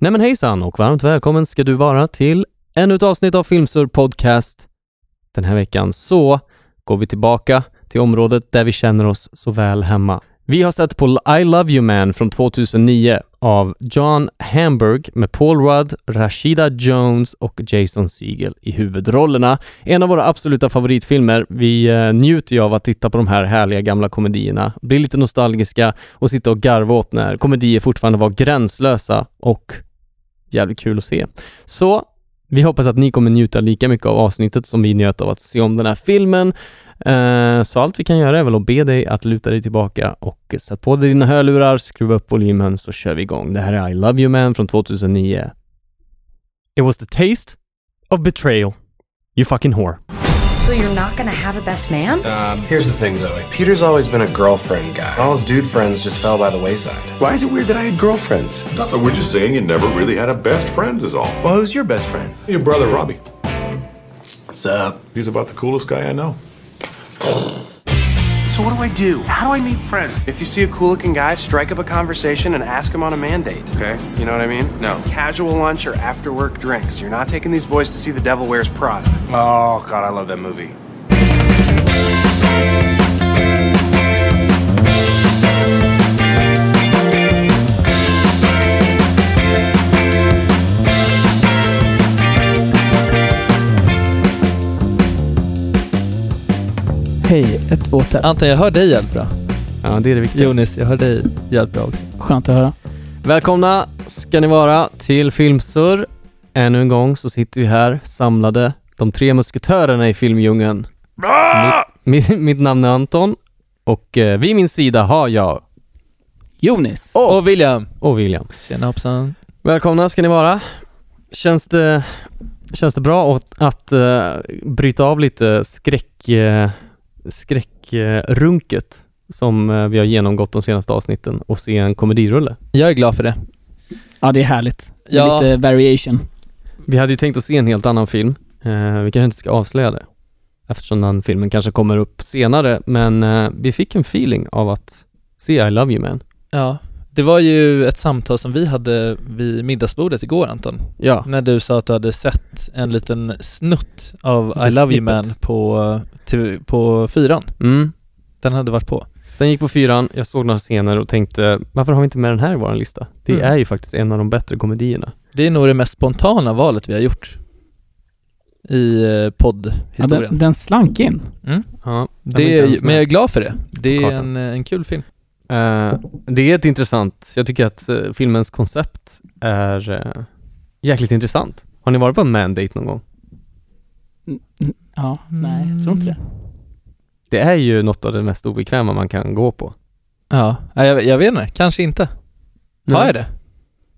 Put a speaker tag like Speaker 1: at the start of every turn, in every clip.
Speaker 1: Nej men hejsan och varmt välkommen ska du vara till ännu ett avsnitt av Filmsur Podcast. Den här veckan så går vi tillbaka till området där vi känner oss så väl hemma. Vi har sett på I Love You Man från 2009 av John Hamburg med Paul Rudd, Rashida Jones och Jason Segel i huvudrollerna. En av våra absoluta favoritfilmer. Vi eh, njuter ju av att titta på de här härliga gamla komedierna, bli lite nostalgiska och sitta och garva åt när komedier fortfarande var gränslösa och jävligt kul att se. Så vi hoppas att ni kommer njuta lika mycket av avsnittet som vi njöt av att se om den här filmen. Eh, Så allt vi kan göra är väl att be dig att luta dig tillbaka och sätt på dig dina hörlurar, skruva upp volymen så kör vi igång. Det här är I Love You Man från 2009. It was the taste of betrayal. You fucking whore.
Speaker 2: So you're not gonna have a best man?
Speaker 3: Um, here's the thing, Zoe. Peter's always been a girlfriend guy. All his dude friends just fell by the wayside. Why is it weird that I had girlfriends?
Speaker 4: Nothing, we're just saying you never really had a best friend, is all.
Speaker 3: Well, who's your best friend?
Speaker 4: Your brother Robbie.
Speaker 3: What's up?
Speaker 4: He's about the coolest guy I know.
Speaker 3: So what do I do? How do I meet friends? If you see a cool-looking guy, strike up a conversation and ask him on a man date. Okay, you know what I mean? No. Casual lunch or after-work drinks. You're not taking these boys to see The Devil Wears Prada. Oh God, I love that movie.
Speaker 5: Hej, ett, två, test.
Speaker 6: Anton, jag hör dig jävligt bra.
Speaker 1: Ja, det är det viktiga.
Speaker 6: Jonas, jag hör dig jävligt bra också.
Speaker 5: Skönt att höra.
Speaker 1: Välkomna ska ni vara till Filmsurr. Ännu en gång så sitter vi här samlade, de tre musketörerna i filmdjungeln. Mitt, mitt, mitt namn är Anton och eh, vid min sida har jag
Speaker 5: Jonis.
Speaker 6: Och, William!
Speaker 1: och William.
Speaker 6: Tjena hoppsan.
Speaker 1: Välkomna ska ni vara. Känns det, känns det bra att, att eh, bryta av lite skräck, eh, skräckrunket som eh, vi har genomgått de senaste avsnitten och se en komedirulle?
Speaker 6: Jag är glad för det.
Speaker 5: Ja, det är härligt. Det är
Speaker 6: Ja.
Speaker 5: Lite variation.
Speaker 1: Vi hade ju tänkt att se en helt annan film. Eh, vi kanske inte ska avslöja det eftersom den filmen kanske kommer upp senare men eh, vi fick en feeling av att se I Love You Man.
Speaker 6: Ja. Det var ju ett samtal som vi hade vid middagsbordet igår Anton.
Speaker 1: Ja,
Speaker 6: När du sa att du hade sett en liten snutt av
Speaker 1: Lite
Speaker 6: I Love You
Speaker 1: snippet.
Speaker 6: Man på, eh, TV, på fyran.
Speaker 1: mm.
Speaker 6: Den hade varit på.
Speaker 1: den gick på fyran, jag såg några scener och tänkte varför har vi inte med den här i vår lista? Det
Speaker 6: Mm.
Speaker 1: är ju faktiskt en av de bättre komedierna.
Speaker 6: Det är nog det mest spontana valet vi har gjort i eh,
Speaker 5: Ja, den,
Speaker 6: poddhistorien.
Speaker 5: den slank in.
Speaker 1: Ja,
Speaker 6: det är, men jag är glad för det. Det är
Speaker 1: Kartan.
Speaker 6: en, eh, en kul film.
Speaker 1: Eh, det är ett intressant, jag tycker att eh, filmens koncept är eh, jäkligt intressant. Har ni varit på en mandate någon gång?
Speaker 5: Ja, nej, jag tror inte det.
Speaker 1: Det är ju något av det mest obekväma man kan gå på.
Speaker 6: Ja, Nej, jag, jag vet inte. Kanske inte. Har jag det?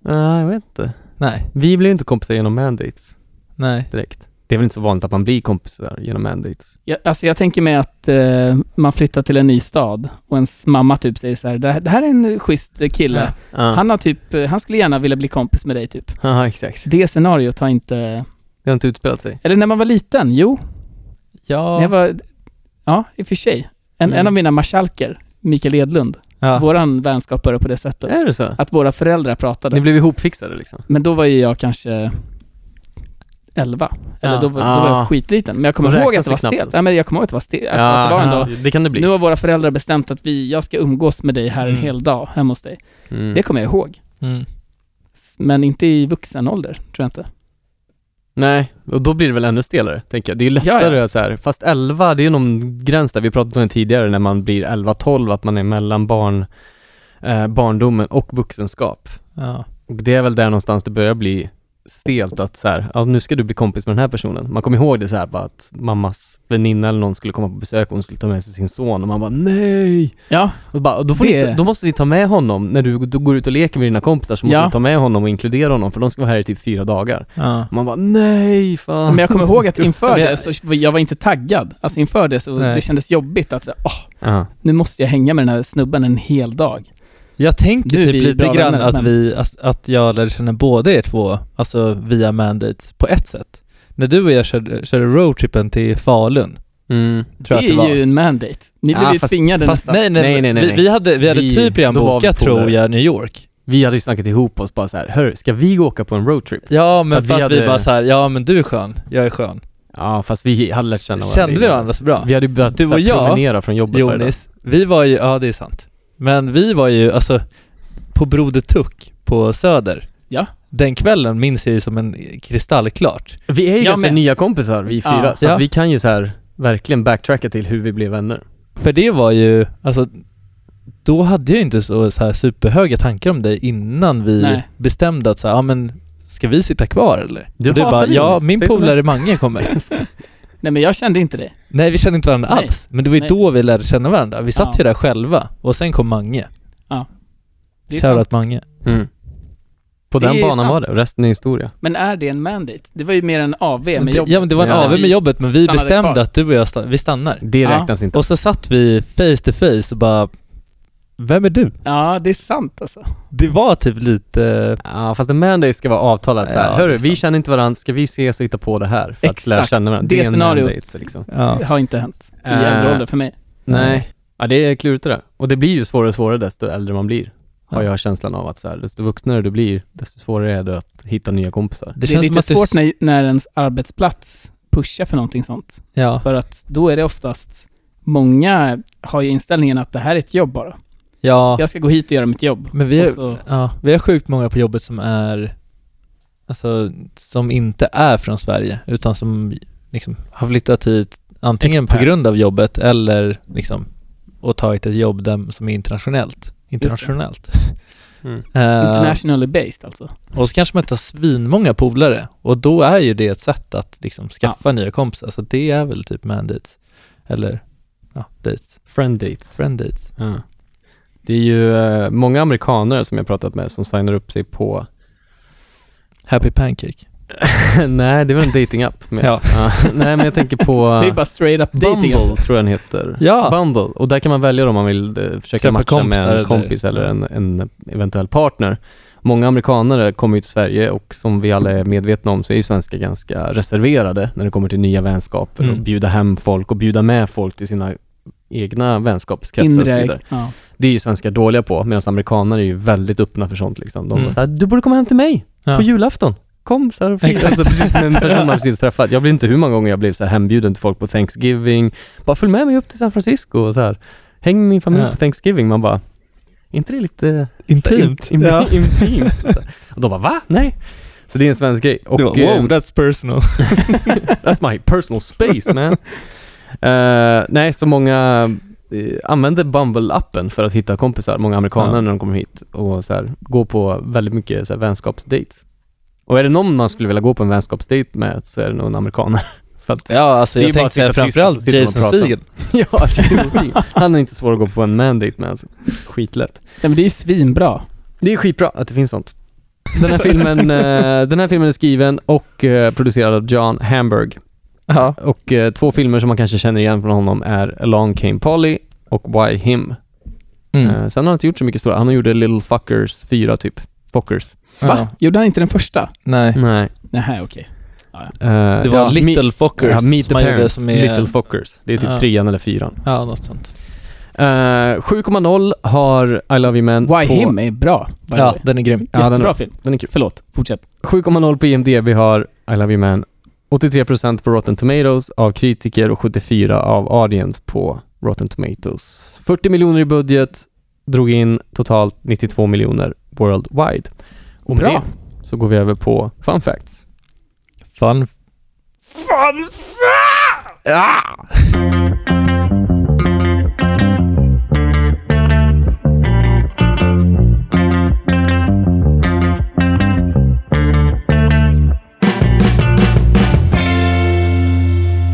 Speaker 1: Nej, jag vet inte.
Speaker 6: Nej,
Speaker 1: Vi blir ju inte kompisar genom mandates
Speaker 6: nej.
Speaker 1: direkt. Det är väl inte så vanligt att man blir kompisar genom mandates?
Speaker 5: Jag, alltså jag tänker mig att eh, man flyttar till en ny stad och ens mamma typ säger så här, det, här- det här är en schysst kille.
Speaker 6: Ja.
Speaker 1: Ja,
Speaker 5: Han har typ, eh, han skulle gärna vilja bli kompis med dig typ.
Speaker 1: ja exakt.
Speaker 5: Det scenariot har inte...
Speaker 1: Det har inte utspelat sig.
Speaker 5: Eller när man var liten, jo.
Speaker 6: Ja.
Speaker 5: När jag var, ja, i och för sig. En,
Speaker 6: Mm.
Speaker 5: en av mina marskalker, Mikael Edlund,
Speaker 6: ja.
Speaker 5: våran vänskap började på det sättet.
Speaker 1: Är det så?
Speaker 5: Att våra föräldrar pratade.
Speaker 1: Ni blev ihopfixade liksom?
Speaker 5: Men då var ju jag kanske 11. Eller
Speaker 6: Ja.
Speaker 5: då, var- då var
Speaker 1: Ah.
Speaker 5: jag skitliten. Men jag
Speaker 1: Då
Speaker 5: kommer ihåg
Speaker 1: räknas
Speaker 5: att det var
Speaker 1: det knappt
Speaker 5: stelt.
Speaker 1: ens.
Speaker 5: Nej, men jag kommer ihåg att det var stelt. Alltså att det var ändå,
Speaker 1: det kan det bli.
Speaker 5: nu har våra föräldrar bestämt att vi, jag ska umgås med dig här en
Speaker 6: Mm.
Speaker 5: hel dag hemma hos dig.
Speaker 1: Mm.
Speaker 5: Det kommer jag ihåg.
Speaker 6: Mm.
Speaker 5: S- Men inte i vuxen ålder, tror jag inte.
Speaker 1: Nej, och då blir det väl ännu stelare, tänker jag. Det är ju lättare
Speaker 5: Ja,
Speaker 1: att så här, fast 11, det är ju någon gräns där, vi pratade om det tidigare, när man blir 11-12, att man är mellan barn, eh, barndomen och vuxenskap.
Speaker 6: Ja.
Speaker 1: Och det är väl där någonstans det börjar bli stelt att så här, ja, nu ska du bli kompis med den här personen. Man kommer ihåg det så här bara att mammas väninna eller någon skulle komma på besök och hon skulle ta med sig sin son och man bara nej!
Speaker 5: Ja,
Speaker 1: Och bara, och då, får
Speaker 5: Det-
Speaker 1: ni, ta- då måste ni ta med honom, när du, du går ut och leker med dina kompisar så måste
Speaker 5: Ja.
Speaker 1: du ta med honom och inkludera honom för de ska vara här i typ fyra dagar.
Speaker 6: Ja.
Speaker 1: Man bara nej fan!
Speaker 5: Ah. men jag kommer ihåg att inför
Speaker 6: Men jag-
Speaker 5: det så var- jag var inte taggad. Alltså inför det så
Speaker 6: Nej.
Speaker 5: det kändes jobbigt att så, här, åh,
Speaker 1: Ja.
Speaker 5: nu måste jag hänga med den här snubben en hel dag.
Speaker 6: Jag tänker
Speaker 5: Nu är
Speaker 6: typ
Speaker 5: vi
Speaker 6: lite
Speaker 5: bra
Speaker 6: grann
Speaker 5: vänner,
Speaker 6: att
Speaker 5: men-
Speaker 6: vi, att- att jag lärde känna båda er två, alltså via mandates, på ett sätt. När du och jag körde, körde roadtrippen till Falun,
Speaker 1: Mm.
Speaker 6: tror jag att
Speaker 5: det
Speaker 6: det
Speaker 5: är
Speaker 6: var.
Speaker 5: ju en mandate. Ni
Speaker 1: Ja,
Speaker 5: blev ju
Speaker 1: fast-
Speaker 5: tvingade
Speaker 6: Fast
Speaker 5: nästan.
Speaker 6: nej, nej,
Speaker 1: Nej, nej, nej,
Speaker 6: vi,
Speaker 1: nej.
Speaker 6: vi hade, vi hade
Speaker 1: Vi-
Speaker 6: typ redan
Speaker 1: då var vi
Speaker 6: bokat tror
Speaker 1: polare.
Speaker 6: jag New York.
Speaker 1: Vi hade ju snackat ihop oss bara så här, hörru, ska vi gå åka på en roadtrip?
Speaker 6: Ja men
Speaker 1: För att vi
Speaker 6: fast vi,
Speaker 1: hade-
Speaker 6: bara så här, ja men du är skön, jag är skön.
Speaker 1: Ja, fast vi hade lärt känna
Speaker 6: Kände vi
Speaker 1: innan.
Speaker 6: varandra så bra?
Speaker 1: Vi hade ju börjat
Speaker 6: Du
Speaker 1: så här
Speaker 6: och jag,
Speaker 1: promenera från jobbet varje dag.
Speaker 6: Jonis, vi var ju, ja det är sant. Men vi var ju alltså på Broder Tuck på Söder.
Speaker 5: Ja.
Speaker 6: Den kvällen minns jag ju som en kristallklart.
Speaker 1: Vi är ju
Speaker 5: Jag
Speaker 1: ganska
Speaker 5: med.
Speaker 1: nya kompisar vi fyra,
Speaker 5: Ja.
Speaker 1: så
Speaker 6: Ja.
Speaker 1: att vi kan ju så här verkligen backtracka till hur vi blev vänner.
Speaker 6: För det var ju, alltså då hade jag ju inte så, så här superhöga tankar om dig innan vi
Speaker 5: Nej.
Speaker 6: bestämde att så här, ja men ska vi sitta kvar eller?
Speaker 1: Du
Speaker 6: Och du
Speaker 1: hatar
Speaker 6: bara,
Speaker 1: det,
Speaker 6: ja
Speaker 1: Jonas.
Speaker 6: min
Speaker 1: Säg som det
Speaker 6: polare Mange kommer.
Speaker 5: Nej, men jag kände inte det.
Speaker 6: Nej vi kände inte varandra
Speaker 5: Nej.
Speaker 6: alls, men det var ju
Speaker 5: Nej.
Speaker 6: då vi lärde känna varandra. Vi satt
Speaker 5: Ja.
Speaker 6: ju där själva och sen kom Mange.
Speaker 5: det är sant.
Speaker 6: Shoutout Mange.
Speaker 1: På
Speaker 5: Det
Speaker 1: den
Speaker 5: är
Speaker 1: banan
Speaker 5: sant.
Speaker 1: var det, resten är historia.
Speaker 5: Men är det en mandate? Det var ju mer en AV med
Speaker 6: Det-
Speaker 5: jobbet.
Speaker 6: Ja men det var en
Speaker 1: Ja.
Speaker 6: AW med jobbet men vi
Speaker 5: Stannade
Speaker 6: bestämde
Speaker 5: kvar.
Speaker 6: att du och jag stann- vi stannar.
Speaker 1: Det
Speaker 5: Ja.
Speaker 1: räknas inte.
Speaker 6: Och så satt vi face to face och bara Vem är du?
Speaker 5: Ja, det är sant alltså.
Speaker 6: Det var typ lite
Speaker 1: Ja, fast en mandate ska vara avtalat så här.
Speaker 6: Ja, det
Speaker 1: hörru,
Speaker 6: är
Speaker 1: vi
Speaker 6: sant.
Speaker 1: känner inte varandra, ska vi ses och hitta på det här? För att
Speaker 5: Exakt.
Speaker 1: lära känna varandra.
Speaker 5: Det
Speaker 1: är en
Speaker 5: scenariot.
Speaker 1: mandate, liksom.
Speaker 5: Det har inte hänt i äldre
Speaker 1: Äh.
Speaker 5: ålder för mig.
Speaker 1: Nej. Ja, det är klurigt det där. Och det blir ju svårare och svårare desto äldre man blir. Har
Speaker 6: Ja.
Speaker 1: jag känslan av att så här, desto vuxnare du blir, desto svårare är det att hitta nya kompisar.
Speaker 5: Det, är lite svårt när, när ens arbetsplats pushar för någonting sånt.
Speaker 6: Ja,
Speaker 5: För att då är det oftast, många har ju inställningen att det här är ett jobb bara.
Speaker 6: ja.
Speaker 5: Jag ska gå hit och göra mitt jobb.
Speaker 6: men vi
Speaker 5: och
Speaker 6: är,
Speaker 5: så-
Speaker 1: Eh,
Speaker 6: ja, vi har sjukt många på jobbet som är Alltså som inte är från Sverige utan som liksom har flyttat hit antingen
Speaker 5: Expats.
Speaker 6: på grund av jobbet eller liksom och tagit ett jobb där, som är internationellt. Internationellt.
Speaker 1: Mm.
Speaker 6: Eh,
Speaker 5: Internationally based alltså.
Speaker 6: Och så kanske man inte har svinmånga polare och då är ju det ett sätt att liksom skaffa nya kompisar. Så det är väl typ mandates eller ja, dates,
Speaker 1: Friend dates.
Speaker 6: friend dates.
Speaker 1: Ja. Det är ju eh, många amerikaner som jag pratat med som signar upp sig på,
Speaker 6: Happy pancake.
Speaker 1: nej det är väl en datingapp. Men,
Speaker 6: Ja.
Speaker 1: Nej men jag tänker på
Speaker 5: det är
Speaker 1: eh,
Speaker 5: bara straight up
Speaker 1: Bumble
Speaker 5: dating alltså.
Speaker 1: tror jag den heter.
Speaker 6: Ja.
Speaker 1: Bumble, och där kan man välja om man vill eh, försöka
Speaker 6: Träffa
Speaker 1: matcha
Speaker 6: kompisar
Speaker 1: med en
Speaker 6: eller-
Speaker 1: kompis eller en, en eventuell partner. Många amerikanare kommer ju till Sverige och som vi alla är medvetna om så är ju svenskar ganska reserverade när det kommer till nya vänskaper
Speaker 6: Mm.
Speaker 1: och bjuda hem folk och bjuda med folk till sina egna vänskapskretsar och så vidare.
Speaker 5: Inre, ja.
Speaker 1: Det är ju svenskar dåliga på, medan amerikaner är ju väldigt öppna för sånt liksom. De
Speaker 6: Mm.
Speaker 1: bara såhär, du borde komma hem till mig
Speaker 6: Ja.
Speaker 1: på julafton. Kom så här och fira."
Speaker 6: Exakt.
Speaker 1: alltså, precis med en person man precis träffat. Jag blir inte hur många gånger jag blev så här hembjuden till folk på Thanksgiving. Bara följ med mig upp till San Francisco och så här. Häng med min familj
Speaker 6: Ja.
Speaker 1: på Thanksgiving. Man bara, "Är inte det lite
Speaker 6: Intimt.
Speaker 1: Im- im-
Speaker 6: Ja.
Speaker 1: intimt? Så här. Och de bara, va? Nej. Så det är en svensk grej. Och, eh,
Speaker 6: that's personal.
Speaker 1: That's my personal space man. Eh, nej, så många eh, använder Bumble-appen för att hitta kompisar, många amerikaner
Speaker 6: Ja.
Speaker 1: när de kommer hit och så här, går på väldigt mycket så här, vänskapsdates. Och är det någon man skulle vilja gå på en vänskapsdate med så är det nog en amerikaner. För att,
Speaker 6: Ja, alltså
Speaker 1: Det är ju
Speaker 6: jag
Speaker 1: bara att
Speaker 6: tänkte säga
Speaker 1: sitta tyst och
Speaker 6: framförallt
Speaker 1: sitta och
Speaker 6: Jason
Speaker 1: prata.
Speaker 6: Segel.
Speaker 1: ja, det är precis. han är inte svår att gå på en mandate med alltså. Skitlätt.
Speaker 5: Nej men det är ju svinbra.
Speaker 1: Det är skitbra att det finns sånt. Den här filmen, eh, den här filmen är skriven och eh, producerad av John Hamburg.
Speaker 6: Ja.
Speaker 1: Och eh, två filmer som man kanske känner igen från honom är Along Came Polly och Why Him.
Speaker 6: Mm.
Speaker 1: Eh, sen har han inte gjort så mycket stora. Han gjorde Little Fuckers 4 typ. Fuckers.
Speaker 5: Va? Gjorde han inte den första?
Speaker 6: Nej.
Speaker 1: Nej.
Speaker 5: Nej, okej.
Speaker 1: Eh,
Speaker 6: Det var
Speaker 1: Mm. ja,
Speaker 6: Little Fockers
Speaker 1: ja, Meet the
Speaker 6: som han gjorde
Speaker 1: Parents.
Speaker 6: som är...
Speaker 1: Little Fuckers. Det är typ
Speaker 6: Ja.
Speaker 1: trean eller fyran.
Speaker 6: ja, något sånt.
Speaker 1: Eh, 7,0 har I Love You Man
Speaker 5: Why
Speaker 1: på...
Speaker 5: Him är bra. by the
Speaker 6: Ja,
Speaker 5: way.
Speaker 6: den är grym.
Speaker 1: Ja, den-
Speaker 5: Jättebra film.
Speaker 1: Den är kul.
Speaker 5: Förlåt, fortsätt.
Speaker 1: 7,0 på IMDB har I Love You Man 83% på Rotten Tomatoes av kritiker och 74% av audience på Rotten Tomatoes. 40 miljoner i budget, drog in totalt 92 miljoner worldwide. Och med
Speaker 5: Bra.
Speaker 1: det så går vi över på fun facts.
Speaker 6: Fun.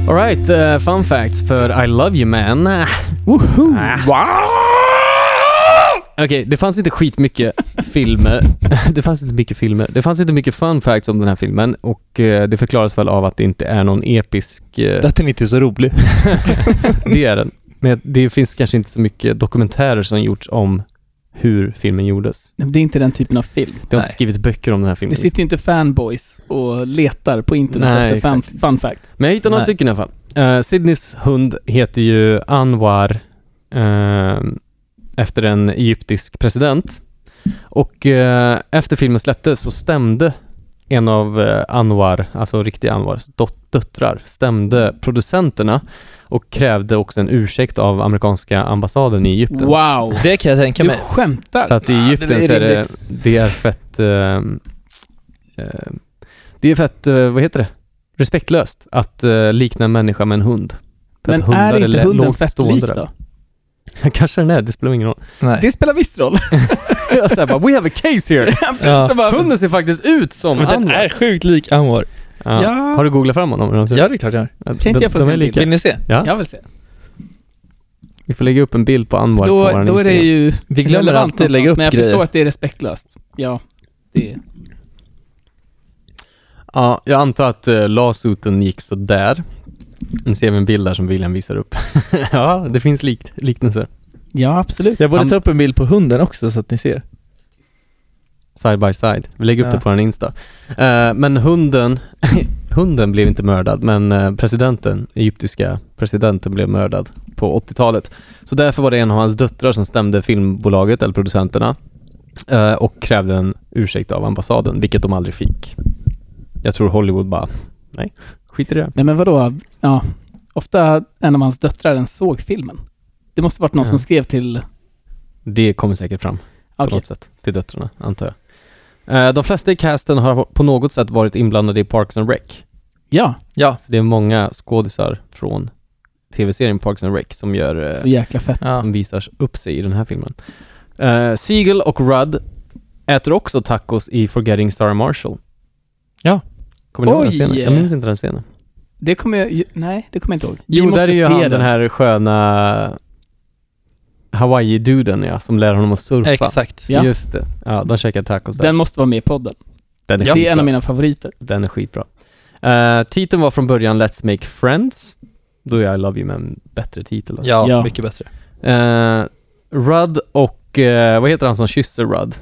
Speaker 1: Alright, uh, fun facts för I Love You Man. Ah.
Speaker 5: Woho!
Speaker 1: Okej, det fanns inte skitmycket filmer. Det fanns inte mycket filmer. Det fanns inte mycket fun facts om den här filmen och eh, det förklaras väl av att det inte är någon episk... eh,
Speaker 6: Att den inte är så rolig.
Speaker 1: Det är den. Men det finns kanske inte så mycket dokumentärer som gjorts om hur filmen gjordes.
Speaker 5: Nej, men Det är inte den typen av film.
Speaker 1: Det har
Speaker 6: Nej.
Speaker 1: inte skrivits böcker om den här
Speaker 5: Det
Speaker 1: filmen.
Speaker 5: sitter ju inte fanboys och letar på internet
Speaker 1: Nej,
Speaker 5: efter fan, fun fact.
Speaker 1: Men jag hittade några
Speaker 6: Nej.
Speaker 1: stycken i alla fall. Eh, Sydneys hund heter ju Anwar eh, efter en egyptisk president. Och eh, efter filmen släpptes så stämde en av eh, Anwar, alltså riktiga Anwars dot- döttrar, stämde producenterna och krävde också en ursäkt av amerikanska ambassaden i Egypten.
Speaker 5: Wow!
Speaker 6: Det kan jag tänka
Speaker 5: Du
Speaker 6: mig.
Speaker 5: skämtar?
Speaker 1: För att i
Speaker 6: Ja, det
Speaker 1: Egypten
Speaker 6: är
Speaker 1: så är det,
Speaker 6: rimligt.
Speaker 1: det är fett, eh, eh, det är fett, eh, vad heter det, respektlöst att eh, likna en människa med en hund. För
Speaker 5: Men
Speaker 1: att hundar
Speaker 5: är inte
Speaker 1: lä-
Speaker 5: hunden
Speaker 1: lågt
Speaker 5: fett
Speaker 1: stående
Speaker 5: lik
Speaker 1: där.
Speaker 5: då?
Speaker 1: Kanske den är, det spelar ingen roll.
Speaker 6: Nej.
Speaker 5: Det spelar visst roll.
Speaker 1: Jag säger bara, we have a case here.
Speaker 6: Ja.
Speaker 5: Så bara, hund-
Speaker 1: Hunden ser faktiskt ut som
Speaker 6: Men den
Speaker 1: Anwar.
Speaker 6: är sjukt lik Anwar.
Speaker 1: Ja.
Speaker 5: Ja.
Speaker 1: Har du googlat fram honom? hur han ser ut?
Speaker 6: Ja, det är klart jag har.
Speaker 1: Kan
Speaker 5: inte jag få se en bild?
Speaker 6: Vill ni se?
Speaker 1: Ja.
Speaker 5: Jag vill se.
Speaker 1: Vi får lägga upp en bild på Anwar på
Speaker 5: Då,
Speaker 1: vår
Speaker 5: då är det
Speaker 1: Instagram.
Speaker 5: ju
Speaker 6: Vi glömmer
Speaker 5: relevant
Speaker 6: alltid lägga
Speaker 5: någonstans,
Speaker 6: upp
Speaker 5: Men jag
Speaker 6: grejer.
Speaker 5: förstår att det är respektlöst. Ja, det är...
Speaker 1: Ja, jag antar att uh, lawsuiten gick så där. Nu ser vi en bild där som William visar upp. ja, det finns likt, liknelser.
Speaker 5: Ja, absolut.
Speaker 6: Jag borde
Speaker 1: Han-
Speaker 6: ta upp en bild på hunden också så att ni ser.
Speaker 1: Side by side. Vi lägger upp
Speaker 6: Ja.
Speaker 1: det på vår Insta. Eh, men hunden, hunden blev inte mördad, men eh, presidenten, egyptiska presidenten blev mördad på 80-talet. Så därför var det en av hans döttrar som stämde filmbolaget, eller producenterna, eh, och krävde en ursäkt av ambassaden, vilket de aldrig fick. Jag tror Hollywood bara, nej, skit i det.
Speaker 5: Nej men vadå? Ja, ofta en av hans döttrar den såg filmen. Det måste varit någon
Speaker 1: Ja.
Speaker 5: som skrev till...
Speaker 1: Det kommer säkert fram. på
Speaker 5: Okej.
Speaker 1: något sätt till döttrarna, antar jag. Eh, De flesta i casten har på något sätt varit inblandade i Parks and Rec.
Speaker 5: Ja,
Speaker 6: Ja.
Speaker 1: Så Alltså, det är många skådisar från tv-serien Parks and Rec som, gör, eh,
Speaker 5: så jäkla fett.
Speaker 6: ja.
Speaker 1: som visar upp sig i den här filmen. Eh, Siegel och Rudd äter också tacos i Forgetting Sarah Marshall.
Speaker 6: Ja.
Speaker 1: Kommer ni ihåg den
Speaker 5: Oj.
Speaker 1: scenen? Jag minns inte den scenen.
Speaker 5: Det kommer jag... Nej, det kommer jag inte ihåg. Vi
Speaker 1: Jo,
Speaker 5: måste
Speaker 1: där är ju
Speaker 5: se
Speaker 1: han den här sköna Hawaii-duden ja, som lär honom att surfa.
Speaker 6: Exakt.
Speaker 5: Ja.
Speaker 1: Just det. Ja, de käkar tacos där.
Speaker 5: Den måste vara med i podden.
Speaker 1: Den
Speaker 5: det är en
Speaker 1: skitbra.
Speaker 5: av mina favoriter.
Speaker 1: Den är skitbra. Eh, titeln var från början Let's Make Friends. Då är I Love You med en bättre titel. Alltså.
Speaker 6: Ja,
Speaker 5: Ja.
Speaker 6: mycket bättre.
Speaker 1: Eh, Rudd och, eh, vad heter han som kysser Rudd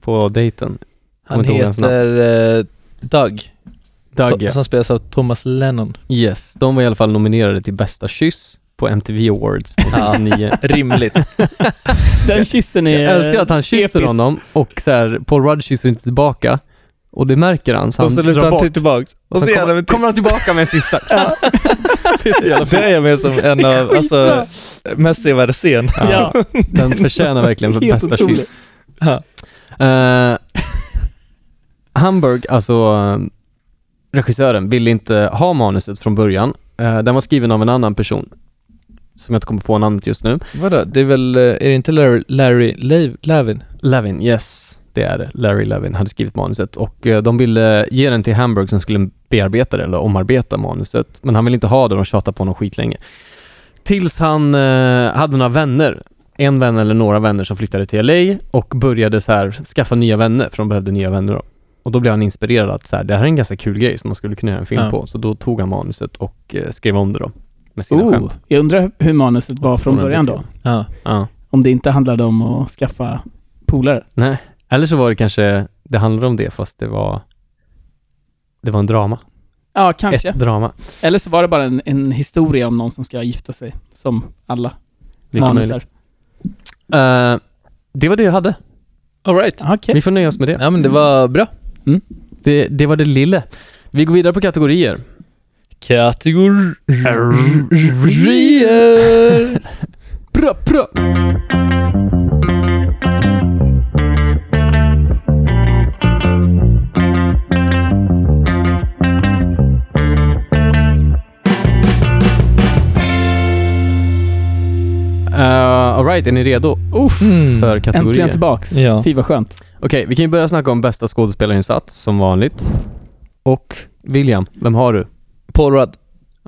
Speaker 1: på dejten?
Speaker 6: Han
Speaker 1: inte ihåg hans
Speaker 6: heter eh, Doug,
Speaker 1: Doug,
Speaker 6: to-
Speaker 1: ja.
Speaker 6: som spelas av Thomas Lennon.
Speaker 1: Yes, de var i alla fall nominerade till bästa kyss på MTV Awards 2009.
Speaker 6: Rimligt.
Speaker 5: Den kyssen är...
Speaker 1: Jag älskar att han kysser
Speaker 5: episkt.
Speaker 1: honom och så här, Paul Rudd kysser inte tillbaka. Och det märker han, så han drar bort.
Speaker 6: tillbaks. Och
Speaker 1: Sen kommer, kommer han tillbaka med en sista. det är så jävla
Speaker 6: Det är jag med som en av, alltså,
Speaker 5: Skitbra.
Speaker 6: mest sevärda scen.
Speaker 1: Ja.
Speaker 5: Ja.
Speaker 1: Den förtjänar verkligen för
Speaker 5: Helt
Speaker 1: bästa
Speaker 5: otrolig.
Speaker 1: kyss.
Speaker 6: Ja.
Speaker 1: Eh, Hamburg, alltså eh, regissören, ville inte ha manuset från början. Eh, den var skriven av en annan person, som jag inte kommer på namnet just nu.
Speaker 6: Vadå, det är väl, eh, är det inte Larry, Larry Lav- Lavin?
Speaker 1: Levin, yes, det är det. Larry Levin hade skrivit manuset och eh, de ville ge den till Hamburg som skulle bearbeta det eller omarbeta manuset. Men han ville inte ha det, de tjatade på honom skitlänge. Tills han eh, hade några vänner, en vän eller några vänner som flyttade till LA och började så här, skaffa nya vänner, för de behövde nya vänner då. Och då blev han inspirerad att så här, det här är en ganska kul grej som man skulle kunna göra en film
Speaker 6: Ja.
Speaker 1: på. Så då tog han manuset och eh, skrev om det då, med sina
Speaker 5: Oh,
Speaker 1: skämt.
Speaker 5: jag undrar hur manuset var från
Speaker 1: Och den
Speaker 5: början
Speaker 1: blev
Speaker 5: då.
Speaker 6: Ja.
Speaker 1: Ja.
Speaker 5: Om det inte handlade om att skaffa polare.
Speaker 1: Nej, eller så var det kanske, det handlade om det fast det var, det var en drama.
Speaker 5: Ja, kanske.
Speaker 1: Ett drama.
Speaker 5: Eller så var det bara en, en historia om någon som ska gifta sig, som alla
Speaker 1: Mycket
Speaker 5: manusar.
Speaker 1: Eh, det var det jag hade.
Speaker 6: Alright.
Speaker 5: Okej.
Speaker 1: Vi får nöja oss med det.
Speaker 6: Ja men det var bra.
Speaker 1: Det, det var det lilla. Vi går vidare på kategorier.
Speaker 6: Kategorier.
Speaker 1: Bra, bra. Uh, Alright, är ni redo
Speaker 5: Uff,
Speaker 6: Mm.
Speaker 1: för kategorier?
Speaker 5: äntligen tillbaks.
Speaker 6: Ja.
Speaker 5: Fy vad skönt.
Speaker 1: Okej, vi kan ju börja snacka om bästa skådespelarinsats som vanligt. Och William, vem har du?
Speaker 6: Paul Rudd.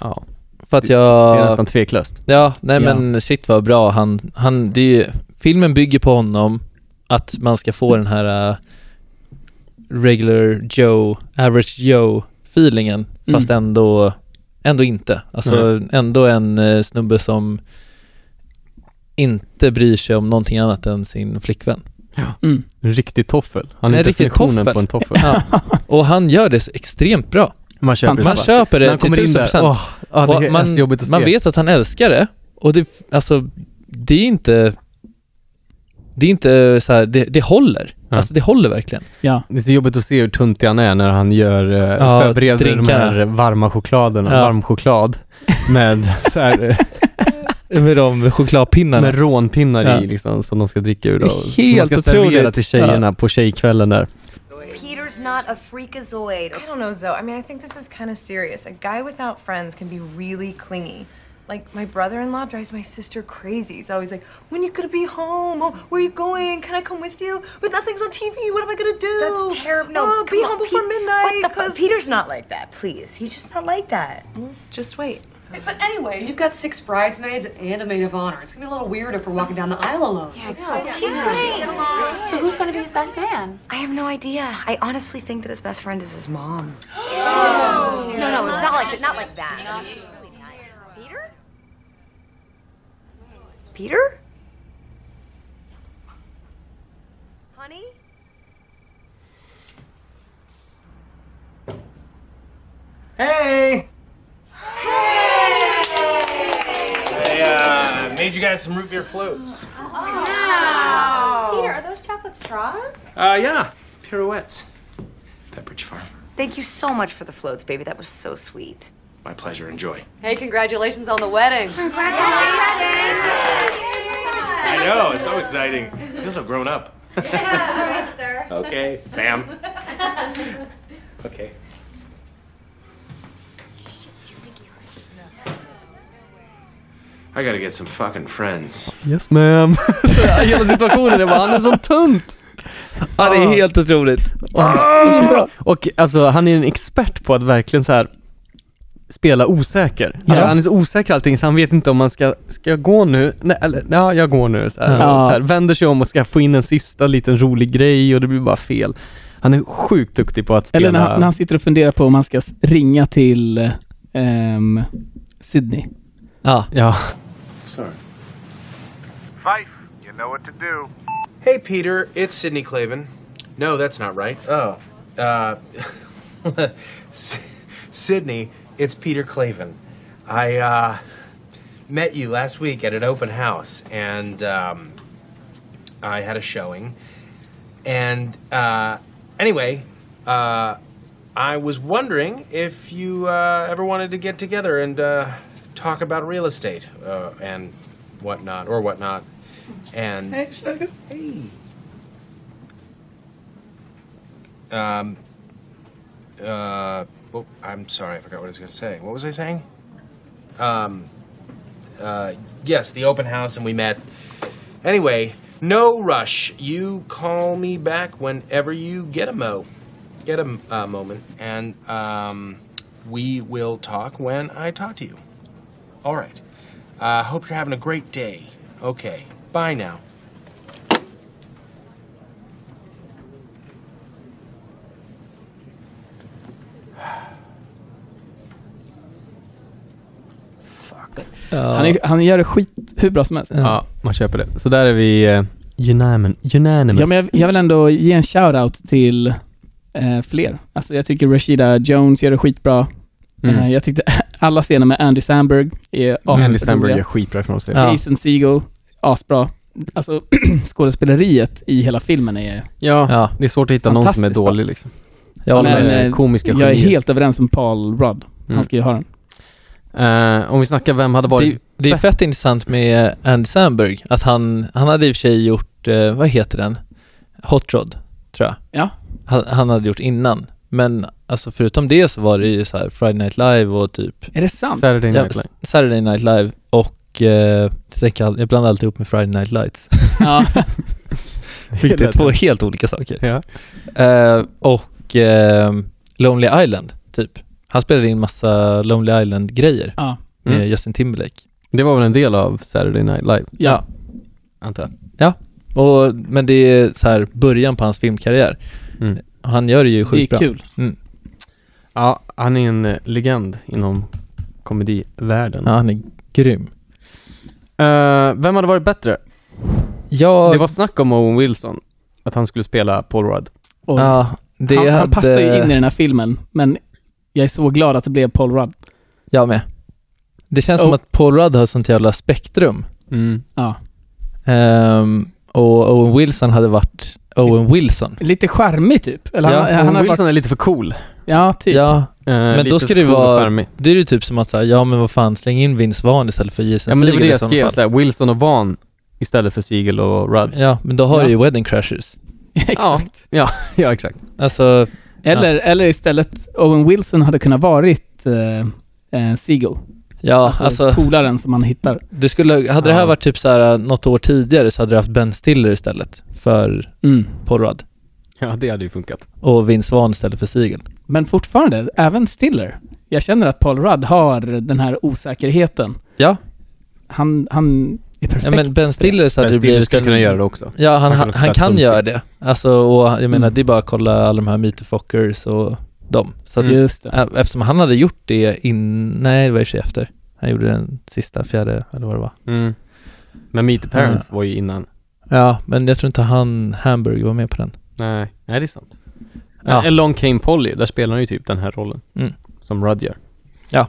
Speaker 1: Ja, Eh.
Speaker 6: För att
Speaker 1: det
Speaker 6: jag...
Speaker 1: är nästan tveklöst.
Speaker 6: Ja, nej
Speaker 5: Ja.
Speaker 6: men shit vad bra han, han det är ju, filmen bygger på honom, att man ska få den här äh, regular Joe, average Joe feelingen,
Speaker 1: Mm.
Speaker 6: fast ändå, ändå inte. Alltså ändå en eh, snubbe som inte bryr sig om någonting annat än sin flickvän.
Speaker 5: Mm.
Speaker 1: En riktig toffel. Han är
Speaker 6: En riktig
Speaker 1: definitionen
Speaker 6: toffel.
Speaker 1: på en toffel.
Speaker 6: Ja. Och han gör det så extremt bra.
Speaker 1: Man köper
Speaker 5: Man
Speaker 1: det.
Speaker 6: Man
Speaker 1: snabbt.
Speaker 6: köper
Speaker 1: När
Speaker 6: det
Speaker 1: han
Speaker 6: till
Speaker 1: kommer in
Speaker 6: tusen
Speaker 1: där,
Speaker 6: procent.
Speaker 1: åh, ja, det är
Speaker 6: Och man,
Speaker 1: så jobbigt att
Speaker 6: man
Speaker 1: se.
Speaker 6: vet att han älskar det och det, alltså, det är inte Det är inte så här, det, det håller.
Speaker 1: Ja.
Speaker 6: Alltså det håller verkligen.
Speaker 5: Ja.
Speaker 1: Det är så jobbigt att se hur tuntig han är när han gör, eh,
Speaker 6: Ja,
Speaker 1: förbereder de
Speaker 6: drinkarna.
Speaker 1: här varma chokladerna,
Speaker 6: Ja.
Speaker 1: varm choklad med, så här, eh,
Speaker 6: Med de chokladpinnarna.
Speaker 1: med rånpinnar
Speaker 6: Ja.
Speaker 1: i liksom, som de ska dricka ur.
Speaker 6: Det är
Speaker 1: och som
Speaker 6: helt
Speaker 1: de ska servera
Speaker 6: otroligt.
Speaker 1: till tjejerna på tjejkvällen där.
Speaker 2: Peter's not a freakazoid.
Speaker 7: I don't know, Zoe. I mean, I think this is kind of serious. A guy without friends can be really clingy. Like, my brother in law drives my sister crazy. He's always like, When you gonna be home? Oh, where are you going? Can I come with you? But nothing's on TV. What am I gonna do?
Speaker 2: That's terrible. No,
Speaker 7: oh,
Speaker 2: come
Speaker 7: be
Speaker 2: on,
Speaker 7: home
Speaker 2: Pete.
Speaker 7: before midnight.
Speaker 2: What the fu-
Speaker 7: 'cause-
Speaker 2: Peter's not like that. Please, he's just not like that.
Speaker 7: Just wait.
Speaker 8: But anyway, you've got six bridesmaids and a maid of honor. It's gonna be a little weird if we're walking down the aisle alone. So who's gonna be his best man?
Speaker 2: I have no idea. I honestly think that his best friend is his mom. No, no, it's not like that. Not like that. She's really nice. Peter? Peter? Honey?
Speaker 9: Hey! Hey! I uh, made you guys some root beer floats.
Speaker 8: Peter, are those chocolate straws?
Speaker 9: Uh, yeah, pirouettes. Pepperidge Farm.
Speaker 2: Thank you so much for the floats, baby. That was so sweet.
Speaker 9: My pleasure. Enjoy.
Speaker 8: Hey, congratulations on the wedding.
Speaker 9: I know. It's so exciting. I feel so grown up. Yeah. All right, sir. Okay. Bam. Okay. I gotta get some fucking friends.
Speaker 1: Yes ma'am. Så Hela situationen, det var, han är så tunt. Ah.
Speaker 6: Ja, det är helt otroligt. Ah.
Speaker 1: Och alltså han är en expert på att verkligen så här spela osäker. Alltså,
Speaker 5: Ja.
Speaker 1: Han är så osäker allting så han vet inte om man ska, ska jag gå nu? Nej, eller, ja, jag går nu. Så här,
Speaker 5: Ja.
Speaker 1: och så här, vänder sig om och ska få in en sista liten rolig grej och det blir bara fel. Han är sjukt duktig på att spela.
Speaker 5: Eller när han, när han sitter och funderar på om han ska s- ringa till eh, ehm, Sydney.
Speaker 6: Ja.
Speaker 1: Ja,
Speaker 9: Sorry.
Speaker 10: Fife, you know what to do.
Speaker 11: Hey, Peter, it's Sidney Clavin. No, that's not right. Oh, uh, S- Sydney, it's Peter Clavin. I uh, met you last week at an open house, and um, I had a showing. And uh, anyway, uh, I was wondering if you uh, ever wanted to get together and uh, talk about real estate uh, and whatnot, or whatnot. And Hey. Um. Uh. Well, I'm sorry. I forgot what I was going to say. What was I saying? Um. Uh. Yes, the open house, and we met. Anyway, no rush. You call me back whenever you get a mo, get a m- uh, moment, and um, we will talk when I talk to you. All right. I uh, hope you're having a great day. Okay. Bye now.
Speaker 5: Han, är, han gör det skit hur bra som helst.
Speaker 1: ja, man köper det. Så där är vi eh, unanim- unanimous.
Speaker 5: Ja, men jag, jag vill ändå ge en shout-out till eh, fler. Alltså jag tycker Rashida Jones gör det skitbra.
Speaker 1: Mm.
Speaker 5: Eh, jag tyckte alla scener med Andy Samberg är asroliga.
Speaker 1: Andy Samberg gör skitbra ifrån sig.
Speaker 6: Ja.
Speaker 5: Jason Segel, asbra. Alltså skådespeleriet i hela filmen är...
Speaker 1: Ja.
Speaker 6: Ja.
Speaker 1: Det är svårt att hitta någon som är
Speaker 5: Fantastiskt bra.
Speaker 1: dålig liksom.
Speaker 6: Jag håller
Speaker 5: Men,
Speaker 6: med.
Speaker 1: med
Speaker 5: eh,
Speaker 1: komiska
Speaker 5: Jag är
Speaker 1: genier.
Speaker 5: helt överens med Paul Rudd.
Speaker 1: Mm.
Speaker 5: Han ska ju ha den.
Speaker 1: Eh, om vi snackar vem hade varit...
Speaker 6: Det, det är fett intressant med Andy Samberg, att han, han hade i och för sig gjort, eh, vad heter den? Hot Rod, tror jag.
Speaker 5: Ja.
Speaker 6: Han, han hade gjort innan. Men alltså förutom det så var det ju så här Friday Night Live och typ
Speaker 5: Är det sant?
Speaker 1: Saturday
Speaker 6: ja,
Speaker 1: Night Live.
Speaker 6: Saturday Night Live och eh, jag tänker all- jag blandar alltid ihop med Friday Night Lights.
Speaker 5: Ja.
Speaker 6: Vilket är två helt olika saker.
Speaker 1: Ja.
Speaker 6: Eh, och eh, Lonely Island, typ. Han spelade in massa Lonely Island-grejer
Speaker 5: ja.
Speaker 6: med
Speaker 1: Mm.
Speaker 6: Justin Timberlake.
Speaker 1: Det var väl en del av Saturday Night Live?
Speaker 6: Ja.
Speaker 1: Antar jag.
Speaker 6: Och, men det är så här början på hans filmkarriär.
Speaker 1: Mm.
Speaker 6: Han gör det ju
Speaker 5: Det är
Speaker 6: sjukt bra.
Speaker 5: kul.
Speaker 1: Ja, han är en eh, legend inom komedivärlden.
Speaker 6: Ja, han är grym.
Speaker 1: Eh, vem hade varit bättre?
Speaker 6: Ja,
Speaker 1: Det var snack om Owen Wilson, att han skulle spela Paul Rudd.
Speaker 5: Och
Speaker 6: ja, det
Speaker 5: han, han
Speaker 6: hade-
Speaker 5: passar ju in i den här filmen, men jag är så glad att det blev Paul Rudd.
Speaker 6: Jag med.
Speaker 5: Oh.
Speaker 6: Det känns som
Speaker 5: Och-
Speaker 6: Mm. att Paul Rudd har sånt jävla spektrum.
Speaker 5: Ja.
Speaker 6: Ehm, och Owen Wilson hade varit Owen Wilson.
Speaker 5: Lite charmig typ. Eller
Speaker 6: Ja,
Speaker 5: han, han
Speaker 6: Owen
Speaker 5: hade
Speaker 6: Wilson
Speaker 5: varit...
Speaker 1: är lite för cool. Eh,
Speaker 5: Ja, typ.
Speaker 6: Ja, men
Speaker 1: lite
Speaker 6: då ska det
Speaker 1: cool och
Speaker 6: vara,
Speaker 1: charmig.
Speaker 6: det är ju typ som att säga, ja men vad fan, släng in Vince Vaughn istället för Jason
Speaker 1: Ja men det var det
Speaker 6: Segel i
Speaker 1: jag
Speaker 6: sådana
Speaker 1: skrev,
Speaker 6: fall.
Speaker 1: såhär, Wilson och Vaughn istället för Siegel och Rudd.
Speaker 6: Ja, men då har
Speaker 1: Ja.
Speaker 6: du ju Wedding Crashers.
Speaker 5: Exakt.
Speaker 1: Ja, ja exakt.
Speaker 6: Alltså,
Speaker 5: Eller, eller istället, Owen Wilson hade kunnat varit eh, eh, Seagull.
Speaker 6: Ja,
Speaker 5: alltså,
Speaker 6: alltså-
Speaker 5: polaren som man hittar.
Speaker 6: Det skulle, hade det här
Speaker 5: Ja.
Speaker 6: varit typ så här något år tidigare så hade du haft Ben Stiller istället för
Speaker 5: Mm.
Speaker 6: Porrad.
Speaker 1: Ja, det hade ju funkat.
Speaker 6: Och Vince Vaughn istället för Siegel.
Speaker 5: Men fortfarande, även Stiller. Jag känner att Paul Rudd har den här osäkerheten.
Speaker 6: Ja.
Speaker 5: Han, han är perfekt.
Speaker 6: Ja, men Ben Stiller så hade
Speaker 1: Ben
Speaker 6: det blivit...
Speaker 1: Stiller skulle kunna göra det också.
Speaker 6: Ja, han,
Speaker 1: Han
Speaker 6: han,
Speaker 1: kan också spela
Speaker 6: kan
Speaker 1: tungt.
Speaker 6: göra det. Alltså, och jag menar, det är bara att kolla alla de här Meet the Fockers och dem. Så att,
Speaker 5: Mm. Just det.
Speaker 6: e- Eftersom han hade gjort det in... Nej, det var i och för sig efter. Han gjorde den sista, fjärde, eller vad det var.
Speaker 1: Mm. Men Meet the Parents var ju innan.
Speaker 6: Ja, men jag tror inte han, Hamburg, var med på den.
Speaker 1: Nej, nej det är sant.
Speaker 6: Ja.
Speaker 1: Eller Long Came Polly, där spelar han ju typ den här rollen.
Speaker 6: Mm.
Speaker 1: Som Rudd gör.
Speaker 6: Ja,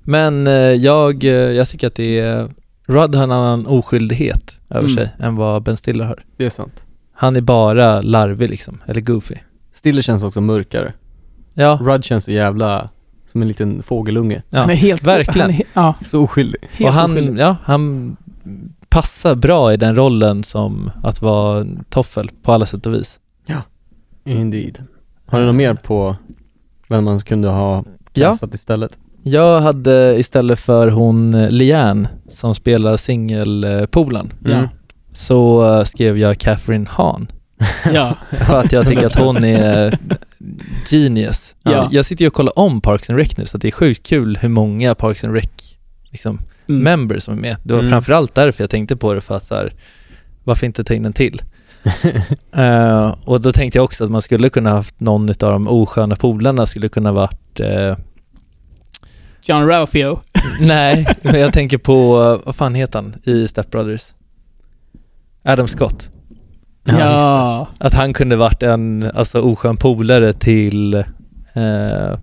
Speaker 6: men eh, jag, eh, jag tycker att det är... Rudd har en annan oskyldighet över
Speaker 1: Mm.
Speaker 6: sig än vad Ben Stiller har.
Speaker 1: Det är sant.
Speaker 6: Han är bara larvig liksom, eller goofy.
Speaker 1: Stiller känns också mörkare.
Speaker 6: Ja.
Speaker 1: Rudd känns så jävla som en liten fågelunge.
Speaker 6: Ja, Han är helt- verkligen. han är he-
Speaker 5: ja.
Speaker 1: Så oskyldig.
Speaker 6: och han, ja, han passar bra i den rollen som att vara en toffel på alla sätt och vis.
Speaker 1: Ja. Indeed. Har du något mer på vem man kunde ha
Speaker 6: Ja.
Speaker 1: kastat istället?
Speaker 6: Jag hade istället för hon eh, Leanne som spelar singelpolan
Speaker 1: Ja.
Speaker 5: Mm.
Speaker 6: så eh, skrev jag Catherine Hahn.
Speaker 5: Ja.
Speaker 6: för att jag tycker att hon är eh, genius.
Speaker 5: Ja.
Speaker 6: Jag sitter ju och kollar om Parks and Rec nu så att det är sjukt kul hur många Parks and Rec liksom,
Speaker 5: Mm.
Speaker 6: members som är med. Det var
Speaker 1: Mm.
Speaker 6: framförallt därför jag tänkte på det för att så här, varför inte ta in en till? Eh, och då tänkte jag också att man skulle kunna haft någon av de osköna polarna skulle kunna varit eh,
Speaker 5: John Ralphio.
Speaker 6: Nej, men jag tänker på, vad fan heter han i Step Brothers? Adam Scott.
Speaker 5: Ja, Ja. just
Speaker 6: Att han kunde varit en alltså, oskön polare till, eh,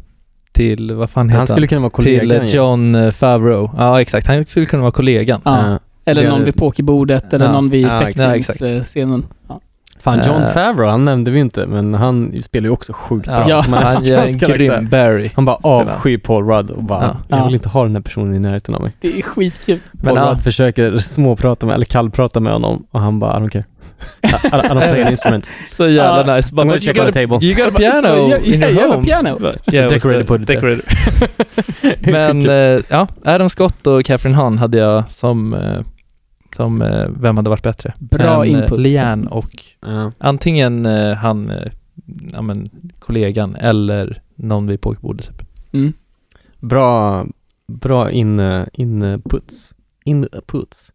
Speaker 6: till, vad fan
Speaker 1: Han
Speaker 6: heter han?
Speaker 1: skulle kunna vara
Speaker 6: Till
Speaker 1: kollegan
Speaker 6: eh,
Speaker 1: ju.
Speaker 6: John eh, Favreau. Ja, exakt. Han skulle kunna vara kollegan.
Speaker 5: Ja.
Speaker 1: Eh,
Speaker 5: Eller
Speaker 6: Det-
Speaker 5: någon vid pokerbordet, eller
Speaker 6: Ja.
Speaker 5: någon vid
Speaker 6: Ja, exakt. Ja,
Speaker 5: fäktningsscenen. Ja.
Speaker 1: Fan, Ah, John
Speaker 6: Eh.
Speaker 1: Favreau, han nämnde vi inte, men han spelar ju också sjukt
Speaker 6: Ja,
Speaker 1: bra.
Speaker 6: ja,
Speaker 1: Som
Speaker 6: han gör en
Speaker 1: hans karaktär.
Speaker 6: grym Barry.
Speaker 1: Han bara
Speaker 6: Spelar han.
Speaker 1: avskyr Paul Rudd och bara,
Speaker 6: Ja.
Speaker 1: jag vill
Speaker 5: Ja.
Speaker 1: inte ha den här personen i närheten av mig.
Speaker 5: Det är skitkul.
Speaker 1: Paul
Speaker 6: Men, ja.
Speaker 1: Rudd försöker småprata med, eller kallprata med honom och han bara, I don't care. I, I don't play an instrument.
Speaker 6: Så jävla nice. Bara,
Speaker 1: I'm gonna
Speaker 6: "But you
Speaker 1: check on
Speaker 6: got
Speaker 1: the
Speaker 6: a-
Speaker 1: table."
Speaker 6: You got a
Speaker 5: Så,
Speaker 6: piano
Speaker 5: ja, yeah,
Speaker 6: in your
Speaker 5: you have a
Speaker 6: home.
Speaker 5: piano.
Speaker 6: Yeah, it was
Speaker 1: Decorated
Speaker 6: the
Speaker 1: på det.
Speaker 6: Decorator. Men eh, ja, Adam Scott och Catherine Hahn hade jag som, eh, som eh, vem hade varit bättre?
Speaker 5: Bra
Speaker 6: än, eh,
Speaker 5: input.
Speaker 6: Lian och
Speaker 1: Ja.
Speaker 6: antingen eh, han, eh, ja men kollegan eller någon vid pokerbordet typ.
Speaker 5: Mm.
Speaker 1: Bra, bra in, uh, inputs. Inputs.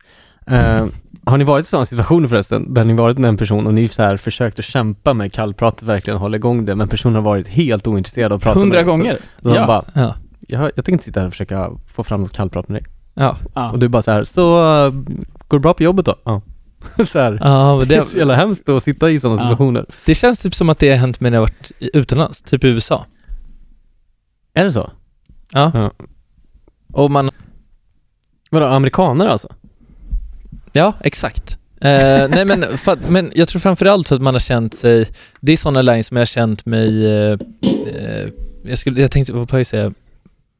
Speaker 1: uh, Eh, har ni varit i sådana situationer förresten, där ni varit med en person och ni så här försökt att kämpa med kallprat, verkligen hålla igång det, men personen har varit helt ointresserad av att prata med
Speaker 5: Hundra
Speaker 1: er? Så-
Speaker 5: gånger.
Speaker 1: Så de bara,
Speaker 6: Ja.
Speaker 1: jag, jag tänker inte sitta här och försöka få fram något kallprat med dig.
Speaker 6: Ja.
Speaker 5: Ja.
Speaker 1: Och du bara så här, så eh, går det bra på jobbet då? Ja. så här,
Speaker 6: Ja, men
Speaker 1: det är
Speaker 6: det,
Speaker 1: så jävla hemskt att sitta i sådana
Speaker 5: Ja.
Speaker 1: situationer.
Speaker 6: det känns typ som att det har hänt mig när jag varit i- utomlands, typ i USA.
Speaker 1: Är det så?
Speaker 6: Ja.
Speaker 1: Ja.
Speaker 6: Och man,
Speaker 1: Vadå, amerikaner alltså?
Speaker 6: ja exakt. Eh, nej men, för, att- men jag tror framförallt för att man har känt sig, det är sådana lägen som jag har känt mig, eh, eh, jag, skulle, jag tänkte, vad ska jag säga,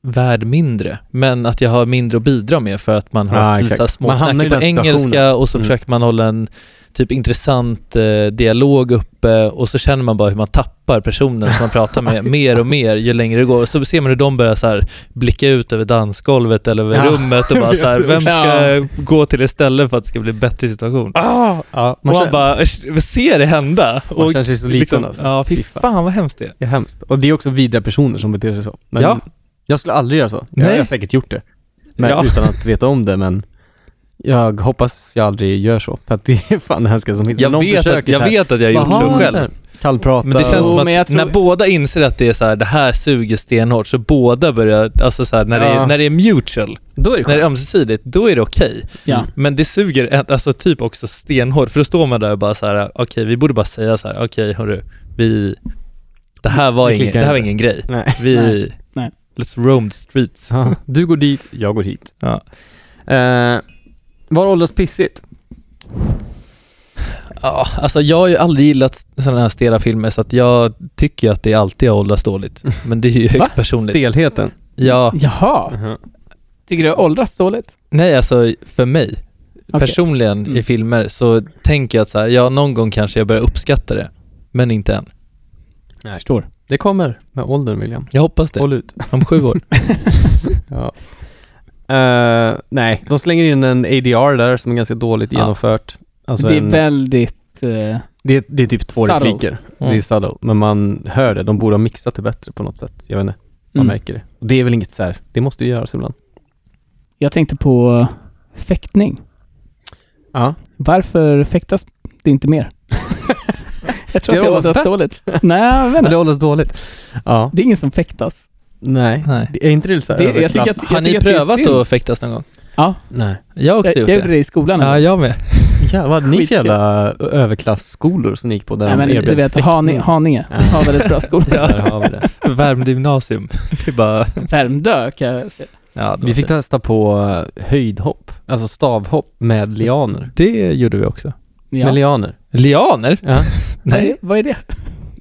Speaker 6: värd mindre, men att jag har mindre att bidra med för att man har
Speaker 1: Ja,
Speaker 6: ah,
Speaker 1: exakt.
Speaker 6: lite
Speaker 1: Man hamnar i
Speaker 6: småknackigt på
Speaker 1: den situationen.
Speaker 6: engelska och så
Speaker 1: Mm.
Speaker 6: försöker man hålla en typ intressant eh, dialog uppe och så känner man bara hur man tappar personen som man pratar med mer och mer ju längre det går. Och så ser man hur de börjar så här blicka ut över dansgolvet eller över
Speaker 1: Ja.
Speaker 6: rummet och bara så här, vem ska
Speaker 5: Ja.
Speaker 6: gå till istället för att det ska bli bättre situation?
Speaker 1: Ah, ja, man,
Speaker 6: och
Speaker 1: känner,
Speaker 6: man bara "Usch, ser det hända.
Speaker 1: man
Speaker 6: och
Speaker 1: känner sig så liten
Speaker 6: liksom,
Speaker 1: alltså.
Speaker 6: Ja, fy
Speaker 1: Fy
Speaker 6: fan.
Speaker 1: fan.
Speaker 6: vad hemskt det är.
Speaker 1: Det är hemskt. Och det är också vidriga personer som beter sig så. Men
Speaker 6: Ja.
Speaker 1: Jag skulle aldrig göra så. Jag,
Speaker 6: Nej.
Speaker 1: jag har säkert gjort det. Men,
Speaker 6: Ja.
Speaker 1: Utan att veta om det, men jag hoppas jag aldrig gör så. För att det är fan det hemskaste som finns.
Speaker 6: Jag
Speaker 1: När någon
Speaker 6: vet, att,
Speaker 1: försöker så
Speaker 6: jag
Speaker 1: här,
Speaker 6: vet att jag har gjort
Speaker 1: "Jaha",
Speaker 6: så själv.
Speaker 1: så här, Kallprata
Speaker 6: Men det känns
Speaker 1: och,
Speaker 6: som
Speaker 5: Jo,
Speaker 6: att
Speaker 5: men jag tror-
Speaker 6: när båda inser att det är så här, det här suger stenhårt, så båda börjar, alltså så här, när, det
Speaker 1: Ja.
Speaker 6: är, när det är mutual,
Speaker 1: Då är det
Speaker 6: när det är
Speaker 1: skönt.
Speaker 6: ömsesidigt, då är det okej.
Speaker 5: Ja.
Speaker 6: Men det suger ett- alltså typ också stenhårt, för då står man där och bara så här, okej vi borde bara säga så här, okej hörru, vi, det här var,
Speaker 1: Vi
Speaker 6: ingen,
Speaker 1: klickar
Speaker 6: det här var
Speaker 1: inte.
Speaker 6: ingen grej.
Speaker 1: Nej.
Speaker 6: Vi,
Speaker 5: Nej. Nej.
Speaker 6: let's roam the streets.
Speaker 1: Ja, Du går dit, jag går hit.
Speaker 6: Ja.
Speaker 1: Eh, var åldras pissigt?
Speaker 6: Ja, alltså jag har ju aldrig gillat sådana här stela filmer så att jag tycker ju att det alltid har åldrats dåligt. Men det är ju högst personligt.
Speaker 1: Stelheten? Uh-huh.
Speaker 6: Ja.
Speaker 5: Jaha. Tycker du åldras dåligt?
Speaker 6: Nej, alltså för mig. Personligen
Speaker 5: Mm.
Speaker 6: i filmer så tänker jag att så här, ja någon gång kanske jag börjar uppskatta det, men inte än.
Speaker 1: Nej.
Speaker 5: Förstår.
Speaker 1: Det kommer med åldern William.
Speaker 6: Jag hoppas det.
Speaker 1: Håll ut.
Speaker 6: Om sju år.
Speaker 1: Ja. Eh, nej, de slänger in en ADR där som är ganska dåligt
Speaker 5: Ja.
Speaker 1: genomfört. Alltså
Speaker 5: det är
Speaker 1: en,
Speaker 5: väldigt... eh,
Speaker 1: det, är- det är typ två
Speaker 5: subtle.
Speaker 1: repliker. Det är
Speaker 5: Mm.
Speaker 1: subtle. Men man hör det. De borde ha mixat det bättre på något sätt. Jag vet inte. Man
Speaker 5: Mm.
Speaker 1: märker det. Och det är väl inget så här. Det måste ju göras ibland.
Speaker 5: Jag tänkte på fäktning.
Speaker 1: Ja.
Speaker 5: Varför fäktas det inte mer? jag tror
Speaker 1: Det
Speaker 5: att det
Speaker 1: åldras
Speaker 5: åldras
Speaker 1: bäst.
Speaker 5: dåligt. Nej, jag vet
Speaker 1: Men det
Speaker 5: inte.
Speaker 1: hålls dåligt. Ja.
Speaker 5: Det är ingen som fäktas.
Speaker 1: Nej.
Speaker 6: Nej.
Speaker 1: Det är inte det så här
Speaker 5: Det- jag tycker
Speaker 1: överklass?
Speaker 5: att-
Speaker 6: Har ni
Speaker 5: tycker det är
Speaker 6: prövat
Speaker 5: synd.
Speaker 6: att fäktas någon gång?
Speaker 5: Ja,
Speaker 1: Nej.
Speaker 6: Jag har också
Speaker 5: jag, jag
Speaker 6: gjort
Speaker 5: gjorde
Speaker 6: det.
Speaker 5: det i skolan.
Speaker 6: Ja, jag med.
Speaker 1: Jävlar, vad ni för
Speaker 5: Skitkul.
Speaker 1: jävla överklasskolor som ni gick på där
Speaker 5: Nej, men,
Speaker 1: de
Speaker 5: du vet,
Speaker 1: fäktning?
Speaker 5: Haninge, Haninge
Speaker 1: Ja.
Speaker 5: har väldigt bra skolor.
Speaker 1: Där har vi det.
Speaker 6: Värmdö gymnasium. Det är bara...
Speaker 5: Värmdö kan jag säga.
Speaker 6: Ja,
Speaker 1: Vi
Speaker 6: det var
Speaker 1: fick
Speaker 6: fint.
Speaker 1: testa på eh, höjdhopp, alltså stavhopp med lianer.
Speaker 6: det gjorde vi också.
Speaker 5: Ja.
Speaker 1: Med lianer.
Speaker 6: Lianer?
Speaker 1: Ja.
Speaker 5: Nej. Vad är det?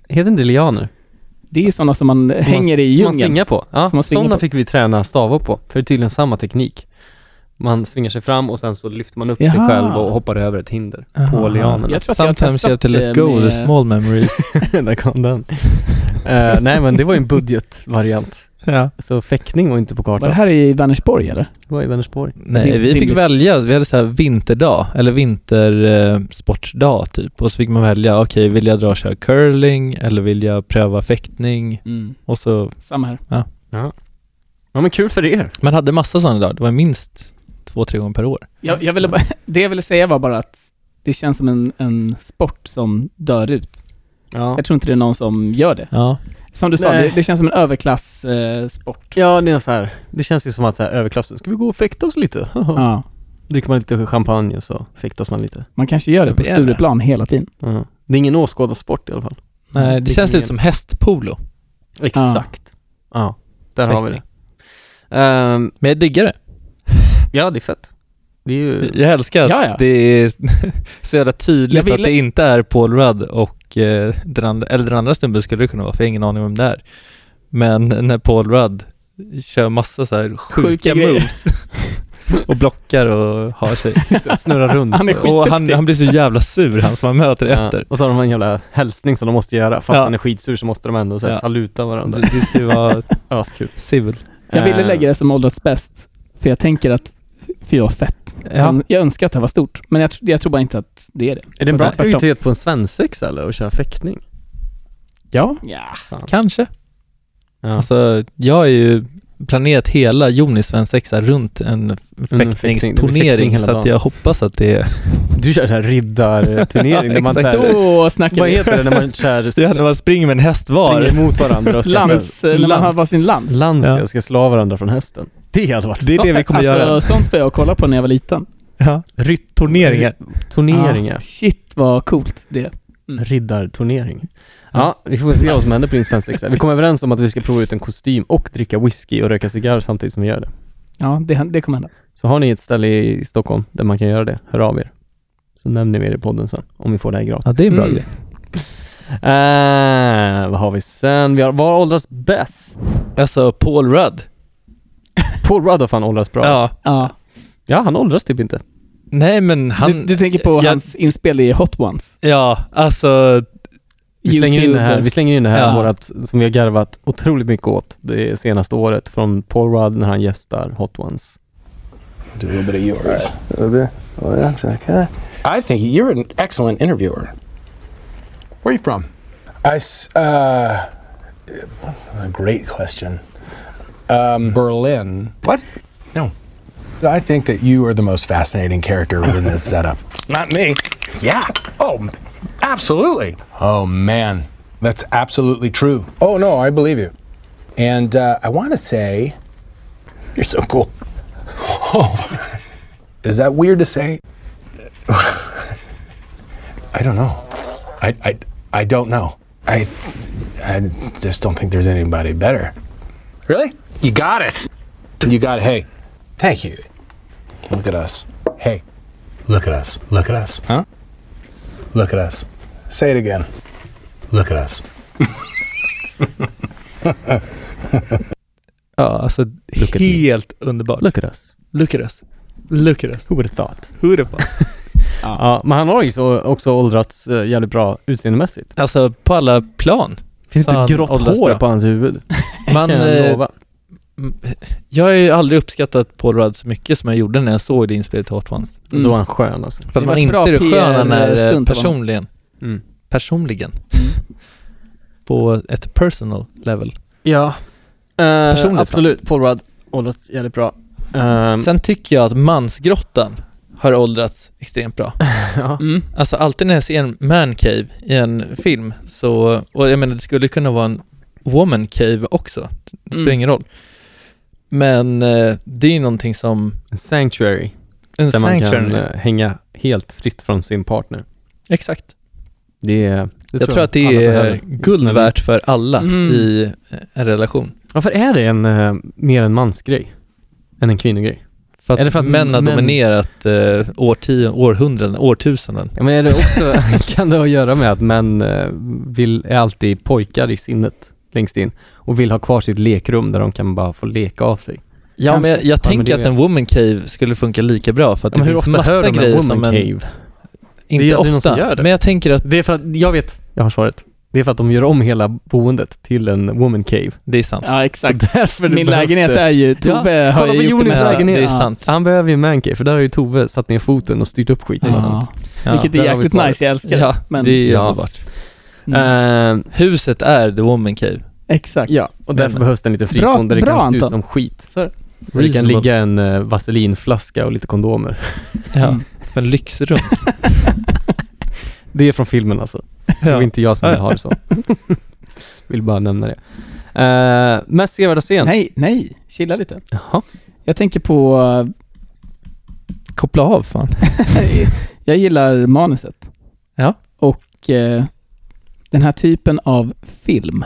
Speaker 1: Heter inte det lianer?
Speaker 5: Det är sådana som man
Speaker 1: Som man-
Speaker 5: hänger i
Speaker 1: Som man
Speaker 5: djungeln.
Speaker 1: svingar på. Ja,
Speaker 5: Som man svingar
Speaker 1: sådana
Speaker 5: på.
Speaker 1: fick vi träna stavhopp på, för det är tydligen samma teknik. Man svingar sig fram och sen så lyfter man upp sig
Speaker 5: Jaha.
Speaker 1: själv och hoppar över ett hinder på
Speaker 6: Aha.
Speaker 1: lianerna.
Speaker 5: Jag tror att jag har
Speaker 6: Sometimes you have to
Speaker 5: testat
Speaker 6: let
Speaker 5: det
Speaker 6: go of the
Speaker 5: med-
Speaker 6: small memories.
Speaker 1: Där kom den. Eh, nej men det var ju en budgetvariant.
Speaker 6: ja.
Speaker 1: Så fäktning var inte på
Speaker 5: Var
Speaker 1: kartan.
Speaker 5: det här i Vänersborg eller?
Speaker 1: Det var i Vänersborg.
Speaker 6: Nej, vi fick
Speaker 5: Rimligt.
Speaker 6: välja. Vi hade så här vinterdag, eller vintersportsdag typ. Och så fick man välja, okej, vill jag dra och köra curling eller vill jag pröva fäktning?
Speaker 1: Mm.
Speaker 6: Och så,
Speaker 5: Samma här.
Speaker 1: Ja men kul för er.
Speaker 6: man hade massa sådana dagar. Det var minst två, tre gånger per år.
Speaker 5: Jag, jag ville bara, det jag ville säga var bara att det känns som en, en sport som dör ut.
Speaker 1: Ja.
Speaker 5: Jag tror inte det är någon som gör det.
Speaker 6: Ja.
Speaker 5: Som du sa,
Speaker 1: Nej.
Speaker 5: det, det känns som en överklasssport. Eh, sport.
Speaker 1: Ja, det är så här. Det känns ju som att så här, överklassen, ska vi gå och fäkta oss lite?
Speaker 5: ja.
Speaker 1: Dricker man lite champagne och så fäktas man lite.
Speaker 5: Man kanske gör det på
Speaker 6: Det är det.
Speaker 5: Stureplan hela tiden.
Speaker 1: Ja. Det är ingen åskådarsport i alla fall.
Speaker 6: Nej, det
Speaker 1: Dricker
Speaker 6: känns
Speaker 1: mer.
Speaker 6: lite som hästpolo.
Speaker 1: Exakt. Ja, där har vi det.
Speaker 6: Fäktning.
Speaker 1: Ehm,
Speaker 6: Men jag diggar det.
Speaker 1: ja, det är fett. Det är ju...
Speaker 6: Jag älskar att
Speaker 5: Ja, ja.
Speaker 6: det är så jävla tydligt
Speaker 5: Jag ville-
Speaker 6: att det inte är Paul Rudd och eh, den andra, eller den andra snubben skulle det kunna vara, för jag har ingen aning om det är. Men när Paul Rudd kör massa så här sjuka,
Speaker 5: Sjuka grejer.
Speaker 6: moves och blockar och har sig.
Speaker 1: Snurrar runt.
Speaker 5: Han är
Speaker 6: och han,
Speaker 5: skitduktig.
Speaker 6: han blir så jävla sur, han som han möter efter.
Speaker 1: Ja. Och så har de en jävla hälsning som de måste göra. Fast
Speaker 6: Ja.
Speaker 1: han är skitsur så måste de ändå så här,
Speaker 6: Ja.
Speaker 1: saluta varandra.
Speaker 6: Det, det ska ju vara
Speaker 1: Askul.
Speaker 6: civil.
Speaker 5: Jag ville
Speaker 1: Eh,
Speaker 5: lägga det som åldrats bäst, för jag tänker att, för jag är fett. Jag, jag önskar att det var stort, men jag, tr- jag tror bara inte att det är det.
Speaker 1: Är det en bra
Speaker 5: Tvärtom.
Speaker 1: aktivitet på en svensexa eller? Att köra fäktning?
Speaker 6: Ja,
Speaker 5: Ja.
Speaker 6: kanske.
Speaker 1: Ja.
Speaker 6: Alltså, jag har ju planerat hela Jonis svensexa runt en
Speaker 1: fäktning.
Speaker 5: Mm,
Speaker 1: Det blir fäktning
Speaker 6: fäktningsturnering
Speaker 1: hela
Speaker 6: så att
Speaker 1: dagen.
Speaker 6: jag hoppas att det är...
Speaker 1: Du kör så här riddarturnering där man så här,
Speaker 5: Då snackar
Speaker 1: Oh, Vad
Speaker 5: vi.
Speaker 1: heter det när man kör
Speaker 6: Det är när man springer med en häst var.
Speaker 1: springer mot varandra och ska
Speaker 5: Lans, eh, när man
Speaker 6: Lans.
Speaker 5: har varsin lans.
Speaker 1: Lans,
Speaker 6: Ja.
Speaker 1: ja. ska slå varandra från hästen. Det hade varit
Speaker 6: Det är det vi kommer
Speaker 5: alltså,
Speaker 6: göra.
Speaker 5: sånt var jag och kollade på när jag var liten.
Speaker 6: Ja. Turneringar.
Speaker 1: turneringar.
Speaker 5: Ah, shit vad coolt det
Speaker 1: Riddarturnering. Mm. Ja, vi får se vad som händer på din svensexa. Vi kom överens om att vi ska prova ut en kostym och dricka whisky och röka cigarr samtidigt som vi gör det.
Speaker 5: Ja, det, det kommer hända.
Speaker 1: Så har ni ett ställe i Stockholm där man kan göra det, hör av er. Så nämner vi det i podden sen, om vi får det här gratis.
Speaker 6: Ja, det är en bra
Speaker 5: Mm.
Speaker 6: grej.
Speaker 1: Eh, vad har vi sen? Vi har, vad åldras bäst?
Speaker 6: Alltså, Paul Rudd.
Speaker 1: Paul Rudd har fan åldras bra. alltså.
Speaker 5: Ja.
Speaker 6: Ja.
Speaker 1: ja, han åldras typ inte.
Speaker 6: Nej, men han...
Speaker 5: du, du tänker på
Speaker 6: jag-
Speaker 5: hans inspel i Hot Ones?
Speaker 6: Ja, alltså...
Speaker 1: Vi slänger, in det här, vi slänger in det här
Speaker 6: Ja.
Speaker 1: vårat, som vi har garvat otroligt mycket åt det senaste året från Paul Rudd när han gästar Hot Ones.
Speaker 12: Do a little bit of yours.
Speaker 10: Oh, yeah, okay.
Speaker 12: I think you're an excellent interviewer. Where are you from? I, s- uh, a great question. Um, Berlin. What? No. I think that you are the most fascinating character within this setup.
Speaker 10: Not me.
Speaker 12: Yeah. Oh, absolutely. Oh, man. That's absolutely true. Oh, no, I believe you. And uh, I want to say, you're so cool. Oh, is that weird to say? I don't know. I, I, I don't know. I, I just don't think there's anybody better. Really? You got it. You got it. Hey, thank you. Look at us. Hey, look at us. Look at us. Huh? Look at us. Say it again. Look at us.
Speaker 6: Ja, alltså
Speaker 1: Look at me.
Speaker 6: helt underbart.
Speaker 1: Look at us.
Speaker 6: Look at us. Look at us.
Speaker 1: Who would have thought?
Speaker 6: Who the fuck?
Speaker 1: Ja. men han har ju så, också åldrats eh, jävligt bra utseendemässigt.
Speaker 6: Alltså på alla plan.
Speaker 1: Finns
Speaker 6: Fan,
Speaker 1: inte grått
Speaker 6: åldras
Speaker 1: hår
Speaker 6: bra.
Speaker 1: på hans huvud.
Speaker 6: Man,
Speaker 1: kan jag
Speaker 6: eh,
Speaker 1: lova.
Speaker 6: m- jag har ju aldrig uppskattat Paul Rudd så mycket som jag gjorde när jag såg det inspelat i Hot Ones.
Speaker 5: Mm.
Speaker 1: Då var han skön alltså.
Speaker 6: För att man
Speaker 5: var ett bra
Speaker 6: inser hur skön han är eh,
Speaker 5: PR-stunt av honom.
Speaker 6: personligen.
Speaker 1: Mm.
Speaker 6: Personligen. På ett personal level.
Speaker 5: Eh,
Speaker 1: Ja.
Speaker 6: Personligt, va?
Speaker 1: absolut. Paul Rudd åldrats jävligt bra. Ehm,
Speaker 6: Sen tycker jag att mansgrottan har åldrats extremt bra.
Speaker 1: ja.
Speaker 5: Mm.
Speaker 6: Alltså alltid när jag ser en man cave i en film så, och jag menar det skulle kunna vara en woman cave också, det spelar
Speaker 1: Mm.
Speaker 6: ingen roll. Men eh, det är ju någonting som,
Speaker 1: En sanctuary.
Speaker 6: en
Speaker 1: där man
Speaker 6: sanctuary,
Speaker 1: kan eh, hänga helt fritt från sin partner.
Speaker 6: exakt.
Speaker 1: Det, är- det
Speaker 6: Jag tror att det
Speaker 1: alla
Speaker 6: är
Speaker 1: behöver.
Speaker 6: guld värt för alla
Speaker 5: Mm.
Speaker 6: i eh, en relation.
Speaker 1: Varför är det en, eh, mer en mansgrej än en kvinnogrej?
Speaker 6: För att,
Speaker 1: Är det för att
Speaker 6: män har
Speaker 1: män-
Speaker 6: dominerat eh, årtion, århundraden, årtusenden.
Speaker 1: Ja, men är det också, kan det ha att göra med att män eh, vill, är alltid pojkar i sinnet längst in och vill ha kvar sitt lekrum där de kan bara få leka av sig?
Speaker 6: Ja, men jag,
Speaker 1: Kanske.
Speaker 6: jag
Speaker 1: Ja, men
Speaker 6: tänker
Speaker 1: det-
Speaker 6: att en woman cave skulle funka lika bra för att
Speaker 1: Ja, men
Speaker 6: det
Speaker 1: hur
Speaker 6: finns
Speaker 1: ofta hör
Speaker 6: massa
Speaker 1: de en
Speaker 6: grejer
Speaker 1: woman
Speaker 6: som en...
Speaker 1: cave?
Speaker 6: Inte
Speaker 1: Det- det är någon som
Speaker 6: ofta,
Speaker 1: gör det.
Speaker 6: men jag tänker att
Speaker 1: Det är för att, jag vet, jag har svaret. Det är för att de gör om hela boendet till en woman cave.
Speaker 6: det är sant.
Speaker 5: Ja, exakt.
Speaker 1: Så därför det
Speaker 5: Min
Speaker 1: behövs
Speaker 5: lägenhet
Speaker 1: det.
Speaker 5: är ju... Tove
Speaker 1: Ja,
Speaker 5: har
Speaker 1: kolla
Speaker 5: ju
Speaker 1: på
Speaker 5: gjort det
Speaker 1: Jonis
Speaker 5: mesta.
Speaker 1: lägenhet.
Speaker 6: Det är
Speaker 5: Ja.
Speaker 6: sant.
Speaker 1: Han behöver ju en man cave, för där har ju Tove satt ner foten och styrt upp skiten. Liksom.
Speaker 5: Ja.
Speaker 6: Ja.
Speaker 5: Vilket
Speaker 1: där
Speaker 5: är
Speaker 1: har vi
Speaker 5: jäkligt
Speaker 1: svaret.
Speaker 5: nice, jag älskar
Speaker 6: Ja,
Speaker 5: det. Men,
Speaker 6: det är ju
Speaker 1: Ja.
Speaker 6: underbart.
Speaker 5: mm,
Speaker 1: Ehm,
Speaker 6: Huset är the woman cave.
Speaker 5: exakt.
Speaker 1: ja, och därför
Speaker 6: Men-
Speaker 1: behövs det en liten
Speaker 5: Bra-
Speaker 1: frizon där det
Speaker 5: bra,
Speaker 1: kan se ut
Speaker 5: Anton.
Speaker 1: som skit.
Speaker 5: Så är det.
Speaker 1: Där det kan
Speaker 6: Reasonable.
Speaker 1: ligga en eh, vaselinflaska och lite kondomer.
Speaker 6: Ja,
Speaker 5: Mm.
Speaker 6: för en lyxrum.
Speaker 1: Det är från filmen alltså. Det var inte jag som vill ha det så. vill bara nämna det. Uh, mest sevärda scen?
Speaker 5: Nej, nej. Chilla lite.
Speaker 1: Jaha.
Speaker 5: Jag tänker på... eh,
Speaker 6: Koppla av fan.
Speaker 5: jag gillar manuset.
Speaker 6: Ja.
Speaker 5: Och eh, den här typen av film.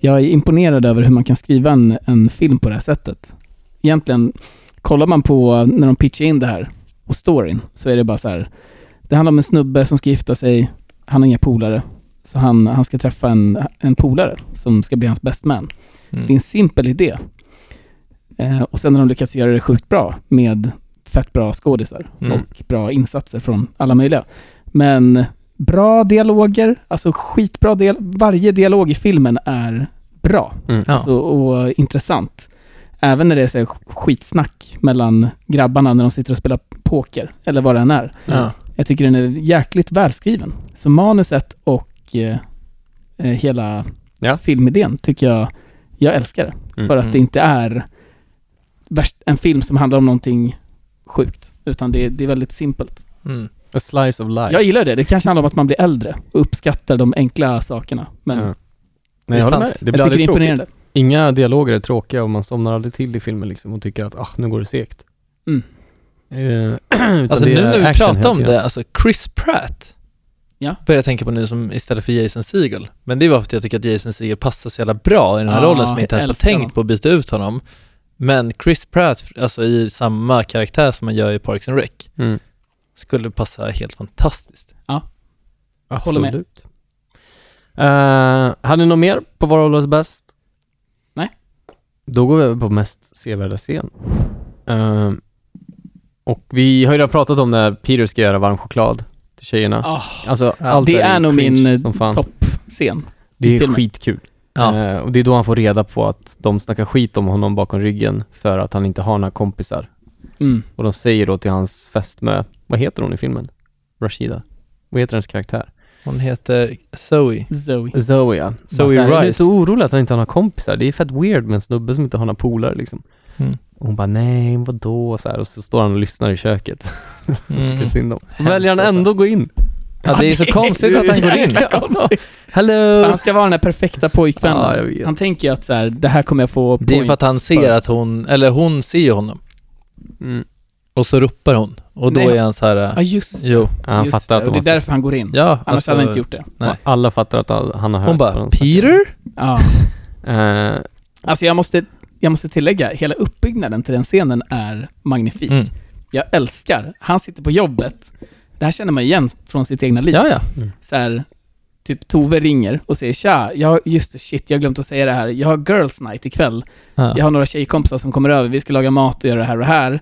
Speaker 5: Jag är imponerad över hur man kan skriva en, en film på det här sättet. Egentligen, kollar man på när de pitchar in det här och storyn, så är det bara så här. Det handlar om en snubbe som ska gifta sig, han har inga polare. Så han, han ska träffa en, en polare som ska bli hans best man. Det är
Speaker 6: Mm.
Speaker 5: en simpel idé. Eh, och sen har de lyckats göra det sjukt bra med fett bra skådisar
Speaker 6: Mm.
Speaker 5: och bra insatser från alla möjliga. Men bra dialoger, alltså skitbra del. Varje dialog i filmen är bra
Speaker 1: Mm.
Speaker 6: Ja.
Speaker 5: alltså, och intressant. Även när det är så här skitsnack mellan grabbarna när de sitter och spelar poker, eller vad det än är.
Speaker 6: Ja.
Speaker 5: Jag tycker den är jäkligt välskriven. Så manuset och eh, eh, hela
Speaker 1: Ja.
Speaker 5: filmidén tycker jag, jag älskar det.
Speaker 1: Mm.
Speaker 5: För att det inte är värst, en film som handlar om någonting sjukt, utan det, det är väldigt simpelt.
Speaker 6: Mm.
Speaker 1: A slice of life.
Speaker 5: Jag gillar det. Det kanske handlar om att man blir äldre och uppskattar de enkla sakerna. Men
Speaker 1: Ja.
Speaker 5: jag
Speaker 1: Nej, jag håller med. Det blir
Speaker 5: tycker det är
Speaker 1: aldrig tråkigt.
Speaker 5: imponerande.
Speaker 1: Inga dialoger är tråkiga och man somnar aldrig till i filmen liksom och tycker att ah, nu går det segt.
Speaker 5: Mm.
Speaker 1: Eh, utan
Speaker 6: Alltså
Speaker 1: det
Speaker 6: nu
Speaker 1: är
Speaker 6: när vi
Speaker 1: action
Speaker 6: pratar
Speaker 1: hela
Speaker 6: om
Speaker 1: tiden.
Speaker 6: det, alltså Chris Pratt
Speaker 5: Ja.
Speaker 6: börjar jag tänka på nu som istället för Jason Segel. Men det var för att jag tycker att Jason Segel passar så jävla bra i den här
Speaker 5: Ja,
Speaker 6: rollen som jag inte ens har
Speaker 5: älskar
Speaker 6: tänkt
Speaker 5: honom.
Speaker 6: på att byta ut honom. Men Chris Pratt, alltså i samma karaktär som man gör i Parks and Rec,
Speaker 1: Mm.
Speaker 6: skulle passa helt fantastiskt.
Speaker 5: Håller med.
Speaker 1: Absolut. Eh, hade ni något mer på vad håller oss bäst?
Speaker 5: Nej.
Speaker 1: Då går vi över på mest sevärda scen. Eh, och vi har ju redan pratat om när Peter ska göra varm choklad till tjejerna.
Speaker 5: Ah,
Speaker 1: Alltså, allt
Speaker 5: det
Speaker 1: ju
Speaker 5: är nog
Speaker 1: cringe
Speaker 5: min, eh,
Speaker 1: som fan.
Speaker 5: Scen.
Speaker 1: Det är
Speaker 5: filmen.
Speaker 1: skitkul.
Speaker 6: Ja.
Speaker 1: Eh, och det är då han får reda på att de snackar skit om honom bakom ryggen för att han inte har några kompisar.
Speaker 5: Mm.
Speaker 1: Och de säger då till hans fästmö, vad heter hon i filmen? Rashida. Vad heter hennes karaktär?
Speaker 6: Hon heter Zoe.
Speaker 5: Zoe.
Speaker 1: Zoe, ja.
Speaker 6: Zoe
Speaker 1: Bara så här, Är du
Speaker 6: Rice.
Speaker 1: inte orolig att han inte har några kompisar? Det är fett weird med en snubbe som inte har några polare liksom.
Speaker 6: Mm.
Speaker 1: Och hon bara, nej, vadå? Så här, och så står han och lyssnar i köket.
Speaker 6: Mm.
Speaker 1: Tycker synd om. Så
Speaker 6: Hemskt
Speaker 1: väljer han
Speaker 6: alltså.
Speaker 1: ändå att gå in.
Speaker 6: Ja, det är så konstigt att han går in.
Speaker 5: För
Speaker 1: Hello!
Speaker 5: Han ska vara den här perfekta pojkvännen.
Speaker 1: Ja, jag vet.
Speaker 5: Han tänker ju att så här, det här kommer jag få
Speaker 6: Det är för att han
Speaker 5: points
Speaker 6: ser att hon, eller hon ser ju honom.
Speaker 1: Mm.
Speaker 6: Och så ropar hon. Och då
Speaker 5: Nej.
Speaker 6: är han så här,
Speaker 5: Ja, just det.
Speaker 6: jo,
Speaker 1: Ja, han
Speaker 5: Just
Speaker 1: fattar
Speaker 5: det.
Speaker 1: att de
Speaker 5: Och Det är
Speaker 1: har
Speaker 5: därför han går in.
Speaker 6: ja. alltså-
Speaker 5: Annars hade han inte gjort det.
Speaker 6: Nej.
Speaker 1: Alla fattar att all- han har hört
Speaker 6: Hon
Speaker 1: vad
Speaker 6: bara,
Speaker 1: de snackar.
Speaker 6: Peter?
Speaker 5: Ja.
Speaker 1: Eh,
Speaker 5: Alltså jag måste, jag måste tillägga, hela uppbyggnaden till den scenen är magnifik.
Speaker 6: Mm.
Speaker 5: Jag älskar, han sitter på jobbet, Det här känner man igen från sitt egna liv.
Speaker 6: Ja, ja.
Speaker 1: Mm.
Speaker 5: Så här, typ Tove ringer och säger tja, jag, just det, shit, jag har glömt att säga det här. Jag har girls night ikväll.
Speaker 6: Ja.
Speaker 5: Jag har några tjejkompisar som kommer över, vi ska laga mat och göra det här och det här.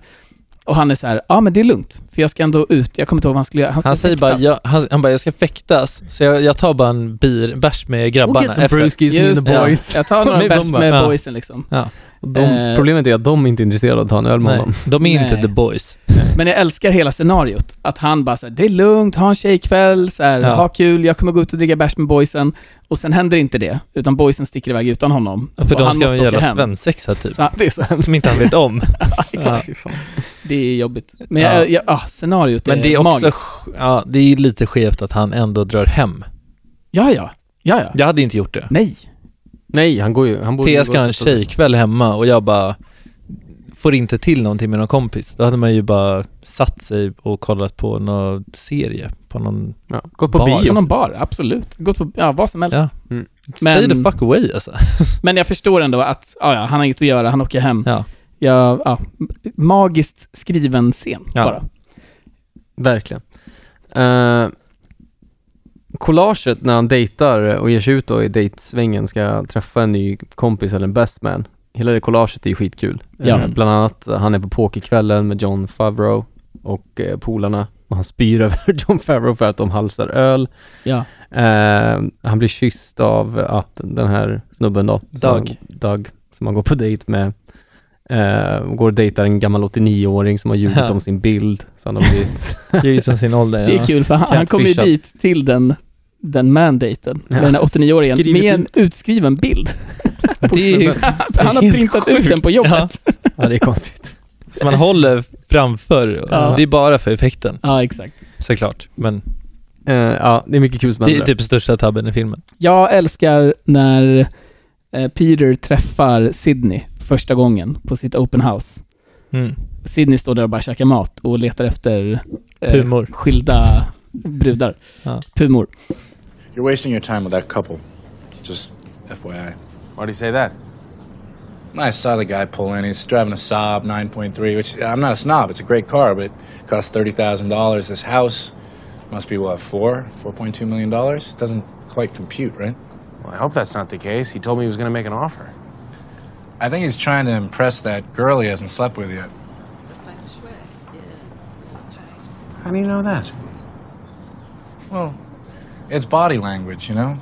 Speaker 5: Och han är så här, ja men det är lugnt, för jag ska ändå ut. Jag kommer inte ihåg vad han skulle göra. Han, ska
Speaker 6: Han säger bara,
Speaker 5: fäktas."
Speaker 6: jag, han, han bara, jag ska fäktas, så jag, jag tar bara en bir, bärs med grabbarna
Speaker 5: some brewskis
Speaker 6: efter.
Speaker 5: and the boys. Ja, jag tar några bärs
Speaker 6: dem bara.
Speaker 5: med
Speaker 6: Ja.
Speaker 5: boysen liksom.
Speaker 6: Ja.
Speaker 5: De- Eh,
Speaker 1: Problemet är att de inte är intresserade av att ta en öl med
Speaker 6: Nej,
Speaker 1: honom.
Speaker 6: de är inte
Speaker 5: Nej.
Speaker 6: the boys.
Speaker 5: Men jag älskar hela scenariot. Att han bara såhär, det är lugnt, ha en tjejkväll, så här,
Speaker 6: Ja.
Speaker 5: ha kul, jag kommer gå ut och dricka bärs med boysen. Och sen händer inte det, utan boysen sticker iväg utan honom.
Speaker 6: För
Speaker 5: och
Speaker 6: de
Speaker 5: han
Speaker 6: ska ha
Speaker 5: måste
Speaker 6: en
Speaker 5: åka
Speaker 6: jävla
Speaker 5: hem.
Speaker 6: svensexa typ.
Speaker 5: Så, det är så hemskt.
Speaker 6: Som inte han vet om.
Speaker 5: Ja. Det är jobbigt. Men
Speaker 6: Ja.
Speaker 5: jag, jag, ah, scenariot
Speaker 6: Men det är också,
Speaker 5: magiskt.
Speaker 6: sk- ja, det är lite skevt att han ändå drar hem.
Speaker 5: Ja, ja. Ja, ja.
Speaker 6: Jag hade inte gjort det.
Speaker 5: Nej.
Speaker 1: Nej, han går ju... Han borde
Speaker 6: Thea
Speaker 1: ju
Speaker 6: ska
Speaker 1: gå
Speaker 6: ha en
Speaker 1: och sätta sig.
Speaker 6: tjejkväll hemma och jag bara får inte till någonting med någon kompis. Då hade man ju bara satt sig och kollat på någon serie på någon
Speaker 1: ja, gått på
Speaker 5: På någon bar, absolut. Gått på, ja, vad som helst.
Speaker 6: Ja.
Speaker 1: Mm.
Speaker 6: Stay
Speaker 5: Men- Mm.
Speaker 6: the fuck away alltså.
Speaker 5: Men jag förstår ändå att, ja, ja, han har inget att göra, han åker hem.
Speaker 6: Ja.
Speaker 5: Ja, ja, magiskt skriven scen
Speaker 1: Ja.
Speaker 5: bara.
Speaker 1: Verkligen. Uh, collaget när han dejtar och ger sig ut då i dejtsvängen ska träffa en ny kompis eller en best man. Hela det collaget är ju skitkul.
Speaker 5: Ja.
Speaker 1: Eh, bland annat, eh, han är på pokerkvällen med John Favreau och eh, polarna och han spyr över John Favreau för att de halsar öl.
Speaker 5: Ja.
Speaker 1: Eh, han blir kysst av eh, ja, den den här snubben då. som
Speaker 6: Doug.
Speaker 1: han- Doug, som han går på dejt med. Eh, går och dejtar en gammal 89-åring som har ljugit
Speaker 6: Ja.
Speaker 1: om sin bild. Så han har blivit
Speaker 6: Ljugit som sin ålder.
Speaker 5: Det är kul för han, han kommer ju
Speaker 1: Catfishat.
Speaker 5: dit till den, den mandaten,
Speaker 1: Ja.
Speaker 5: med den här 89-åringen,
Speaker 1: Skrivit
Speaker 5: med en utskriven bild.
Speaker 6: Det är ju
Speaker 5: han har
Speaker 6: helt
Speaker 5: printat ut
Speaker 6: sjukt.
Speaker 5: den på jobbet. Ja,
Speaker 1: Ja, det är konstigt.
Speaker 6: Så man håller framför.
Speaker 5: Ja.
Speaker 6: Det är bara för effekten
Speaker 5: exakt.
Speaker 6: såklart. Men
Speaker 1: Eh, ja, det är mycket kul som
Speaker 6: det är
Speaker 1: händer.
Speaker 6: typ största tabben i filmen.
Speaker 5: Jag älskar när eh, Peter träffar Sydney första gången på sitt open house.
Speaker 6: Mm.
Speaker 5: Sydney står där och bara käkar mat och letar efter eh,
Speaker 6: Pumor.
Speaker 5: skilda brudar.
Speaker 6: Ja.
Speaker 5: Pumor.
Speaker 11: You're wasting your time with that couple. Just FYI.
Speaker 13: Why do you say that?
Speaker 11: I saw the guy pull in. He's driving a Saab 9.3, which I'm not a snob. It's a great car, but it costs thirty thousand dollars. This house must be what four, four point two million dollars. Doesn't quite compute, right?
Speaker 13: Well, I hope that's not the case. He told me he was going to make an offer.
Speaker 11: I think he's trying to impress that girl he hasn't slept with yet. How do you know that? Well, it's body language, you know?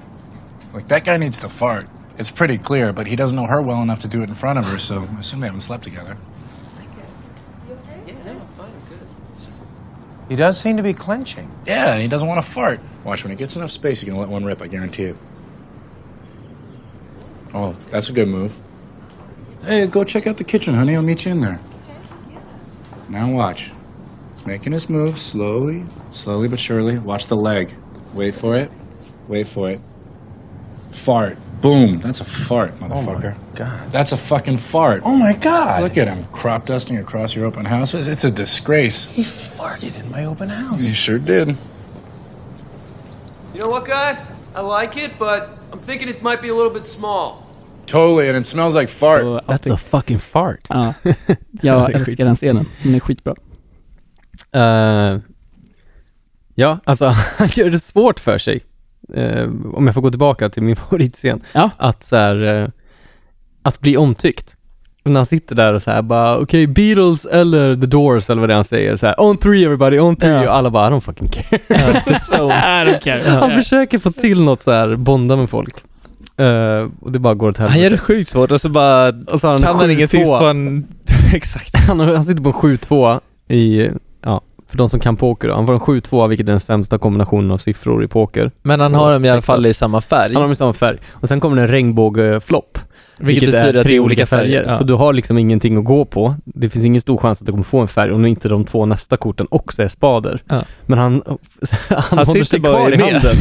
Speaker 11: Like, that guy needs to fart. It's pretty clear, but he doesn't know her well enough to do it in front of her, so I assume they haven't slept together.
Speaker 13: He does seem to be clenching.
Speaker 11: Yeah, he doesn't want to fart. Watch, when he gets enough space, he can let one rip, I guarantee it. Oh, that's a good move. Hey, go check out the kitchen, honey. I'll meet you in there. Now watch. Making his move slowly, slowly but surely. Watch the leg. Wait for it. Wait for it. Fart. Boom. That's a fart, motherfucker. Oh God. That's a fucking fart. Oh my god. Look at him. Crop dusting across your open house. It's it's a disgrace. He farted in my open house. He sure did.
Speaker 14: You know what, guy? I like it, but I'm thinking it might be a little bit small.
Speaker 11: Totally, and it smells like fart.
Speaker 1: That's a fucking fart.
Speaker 5: Ja.
Speaker 1: Ja,
Speaker 5: Jag
Speaker 1: det är
Speaker 5: älskar
Speaker 1: skit.
Speaker 5: den scenen. Den är skitbra.
Speaker 1: Eh, ja, alltså han gör det svårt för sig. Eh, om jag får gå tillbaka till min favoritscen. Att så här, eh, att bli omtyckt. När han sitter där och så här bara, okej, Beatles eller The Doors eller vad det är han säger. Så här, on three everybody, on three. Och alla bara, I don't fucking care. The Stones. Han försöker få till något så här, bonda med folk. Eh, och det bara går åt helvete.
Speaker 6: Han gör det sjukt svårt och så bara
Speaker 1: Och så har han
Speaker 6: kan han ingenting
Speaker 1: sjutvåa.
Speaker 6: på en... Exakt.
Speaker 1: Han, har- han sitter på en 7-2 i, ja, för de som kan poker då. Han får en 7-2 vilket är den sämsta kombinationen av siffror i poker.
Speaker 6: Men han har dem i alla fall i samma färg.
Speaker 1: Han har dem i samma färg. Och sen kommer det en regnbågeflopp.
Speaker 6: Vilket betyder att det är olika färger, ja.
Speaker 1: Så du har liksom ingenting att gå på. Det finns ingen stor chans att du kommer få en färg om inte de två nästa korten också är spader.
Speaker 6: Ja.
Speaker 1: Men han, han, håller
Speaker 6: sitter
Speaker 1: sig
Speaker 6: bara
Speaker 1: kvar
Speaker 6: i
Speaker 1: i
Speaker 6: med.
Speaker 1: handen.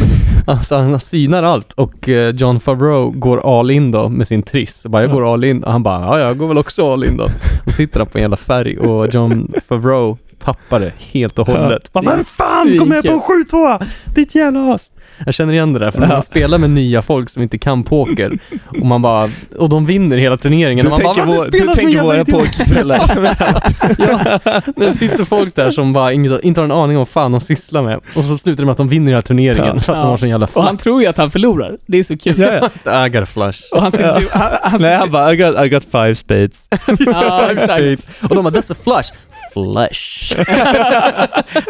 Speaker 1: Alltså han synar allt och eh, John Favreau går all in då med sin triss. Så Bara, jag går all in. Och han bara, ja jag går väl också all in då. Och sitter han på en jävla färg och John Favreau tappar det helt och hållet.
Speaker 5: Ja.
Speaker 1: Det är
Speaker 5: Vad fan kom jag på
Speaker 1: svinkul.
Speaker 5: 7-2? Ditt jävla as!
Speaker 1: Jag känner igen det där, för när man spelar med nya folk som inte kan poker och man bara, och de vinner hela turneringen.
Speaker 15: Du
Speaker 1: och man
Speaker 15: tänker
Speaker 1: bara,
Speaker 15: vår- du tänker våra pokerkvällar som vi
Speaker 1: har haft. ja, när det sitter folk där som bara inget, inte har en aning om vad fan de sysslar med och så slutar det med att de vinner hela turneringen för att de har sån jävla
Speaker 5: Och han tror ju att han förlorar. Det är så kul.
Speaker 15: Ja, ja.
Speaker 1: I got a flush.
Speaker 5: Och han sitter ju- han- han
Speaker 15: Nej, han bara I got, I got five spades.
Speaker 5: Ja, exakt.
Speaker 1: Och de bara, that's a flush. Flush.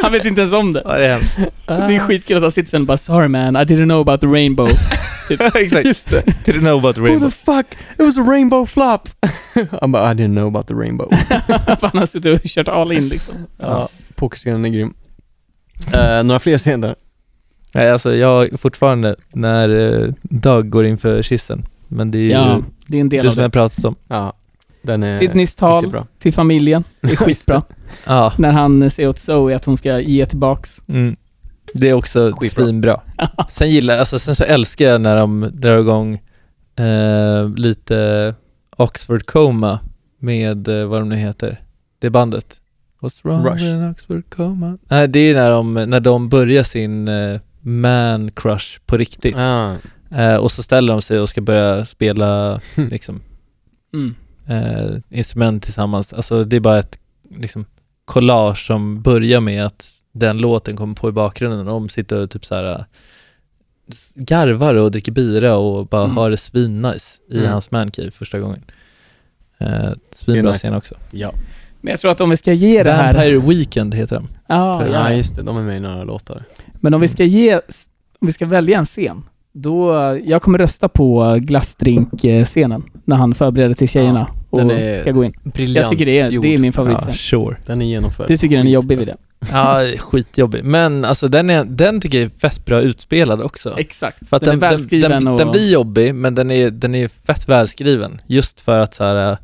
Speaker 5: han vet inte ens om det.
Speaker 15: Ja, det är hemskt.
Speaker 5: Det är skitkul att han sitter sen och bara “Sorry man, I didn't know about the rainbow”.
Speaker 15: Exakt. Just det. Didn't know about the
Speaker 1: Who
Speaker 15: rainbow.
Speaker 1: the fuck? It was a rainbow flop. han bara, I didn't know about the rainbow.
Speaker 5: Fan, han har suttit och kört all in liksom.
Speaker 1: Ja, pokerscenen är grym. Eh, några fler scener?
Speaker 6: Nej, alltså jag fortfarande när eh, Doug går in för kyssen. Men det är ju
Speaker 5: Ja, det är en del av
Speaker 6: som
Speaker 5: det.
Speaker 6: jag pratat om.
Speaker 1: Ja, den är
Speaker 5: Sidneys
Speaker 1: riktigt
Speaker 5: tal
Speaker 1: bra.
Speaker 5: till familjen är skitbra.
Speaker 6: Ja.
Speaker 5: När han eh, säger åt Zoe att hon ska ge tillbaks.
Speaker 6: Mm. Det är också svinbra. Sen gillar alltså sen så älskar jag när de drar igång eh, lite Oxford Coma med eh, vad de nu heter, det bandet. What's wrong
Speaker 15: Rush.
Speaker 6: with an Oxford Coma? Nej, det är när de, när de börjar sin eh, man crush på riktigt.
Speaker 1: Ah.
Speaker 6: Eh, och så ställer de sig och ska börja spela liksom,
Speaker 5: Mm.
Speaker 6: eh, instrument tillsammans. Alltså det är bara ett liksom, collage som börjar med att den låten kommer på i bakgrunden och de sitter och typ så här eh, s- garvar och dricker bira och bara
Speaker 1: Mm.
Speaker 6: har det svinnice i
Speaker 1: Mm.
Speaker 6: hans mancave första gången. Eh,
Speaker 1: Det är
Speaker 6: svinbra
Speaker 1: nice.
Speaker 6: scen också.
Speaker 1: Ja.
Speaker 5: Men jag tror att om vi ska ge det här...
Speaker 6: Vampire Weekend heter de.
Speaker 5: Ja,
Speaker 1: ja,
Speaker 5: ja.
Speaker 1: just det. De är med i några låtar.
Speaker 5: Men om vi ska ge, om vi ska välja en scen, då, jag kommer rösta på glassdrink-scenen när han förbereder till tjejerna
Speaker 1: Ja, den
Speaker 5: och
Speaker 1: är
Speaker 5: ska gå in.
Speaker 1: briljant
Speaker 5: Jag tycker det är, det är
Speaker 1: gjord.
Speaker 5: min favoritscen.
Speaker 6: Ja, sure.
Speaker 1: Den är genomförd.
Speaker 5: Du tycker den är jobbig vid det?
Speaker 6: Ja, skitjobbig. Men alltså den, är, den tycker jag är fett bra utspelad också.
Speaker 5: Exakt.
Speaker 6: För att
Speaker 5: Den är
Speaker 6: den, den, den,
Speaker 5: välskriven
Speaker 6: den,
Speaker 5: och-
Speaker 6: blir jobbig, men den är, den är fett välskriven. Just för att så här, eh,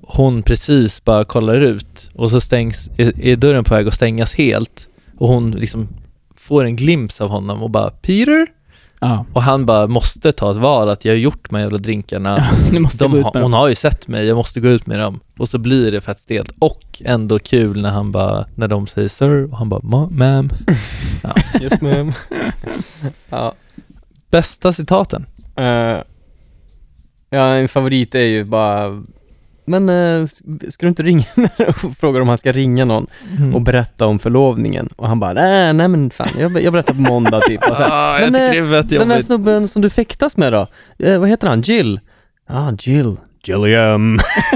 Speaker 6: hon precis bara kollar ut och så stängs, är, är dörren på väg att stängas helt och hon liksom får en glimt av honom och bara Peter?
Speaker 5: Ja.
Speaker 6: Och han bara måste ta ett val att jag har gjort de här jävla drinkarna.
Speaker 5: ni måste
Speaker 6: de,
Speaker 5: gå ut
Speaker 6: har-
Speaker 5: med dem.
Speaker 6: hon har ju sett mig, jag måste gå ut med dem. Och så blir det fett stelt och ändå kul när han bara, när de säger sir och han bara "Ma- ma'am. Ja.
Speaker 1: Yes ma'am. ja.
Speaker 6: Bästa citaten?
Speaker 1: Eh, ja, en favorit är ju bara men eh, s- ska du inte ringa och fråga om han ska ringa någon
Speaker 6: Mm.
Speaker 1: och berätta om förlovningen? Och han bara, nej, nej men fan, jag, jag berättar på måndag typ. Och så här,
Speaker 6: Ah, jag
Speaker 1: "Men,
Speaker 6: tycker
Speaker 1: eh,
Speaker 6: det är fett
Speaker 1: Den här
Speaker 6: jobbigt."
Speaker 1: snubben som du fäktas med då, eh, vad heter han? Jill? Ah, Jill. Gilliam.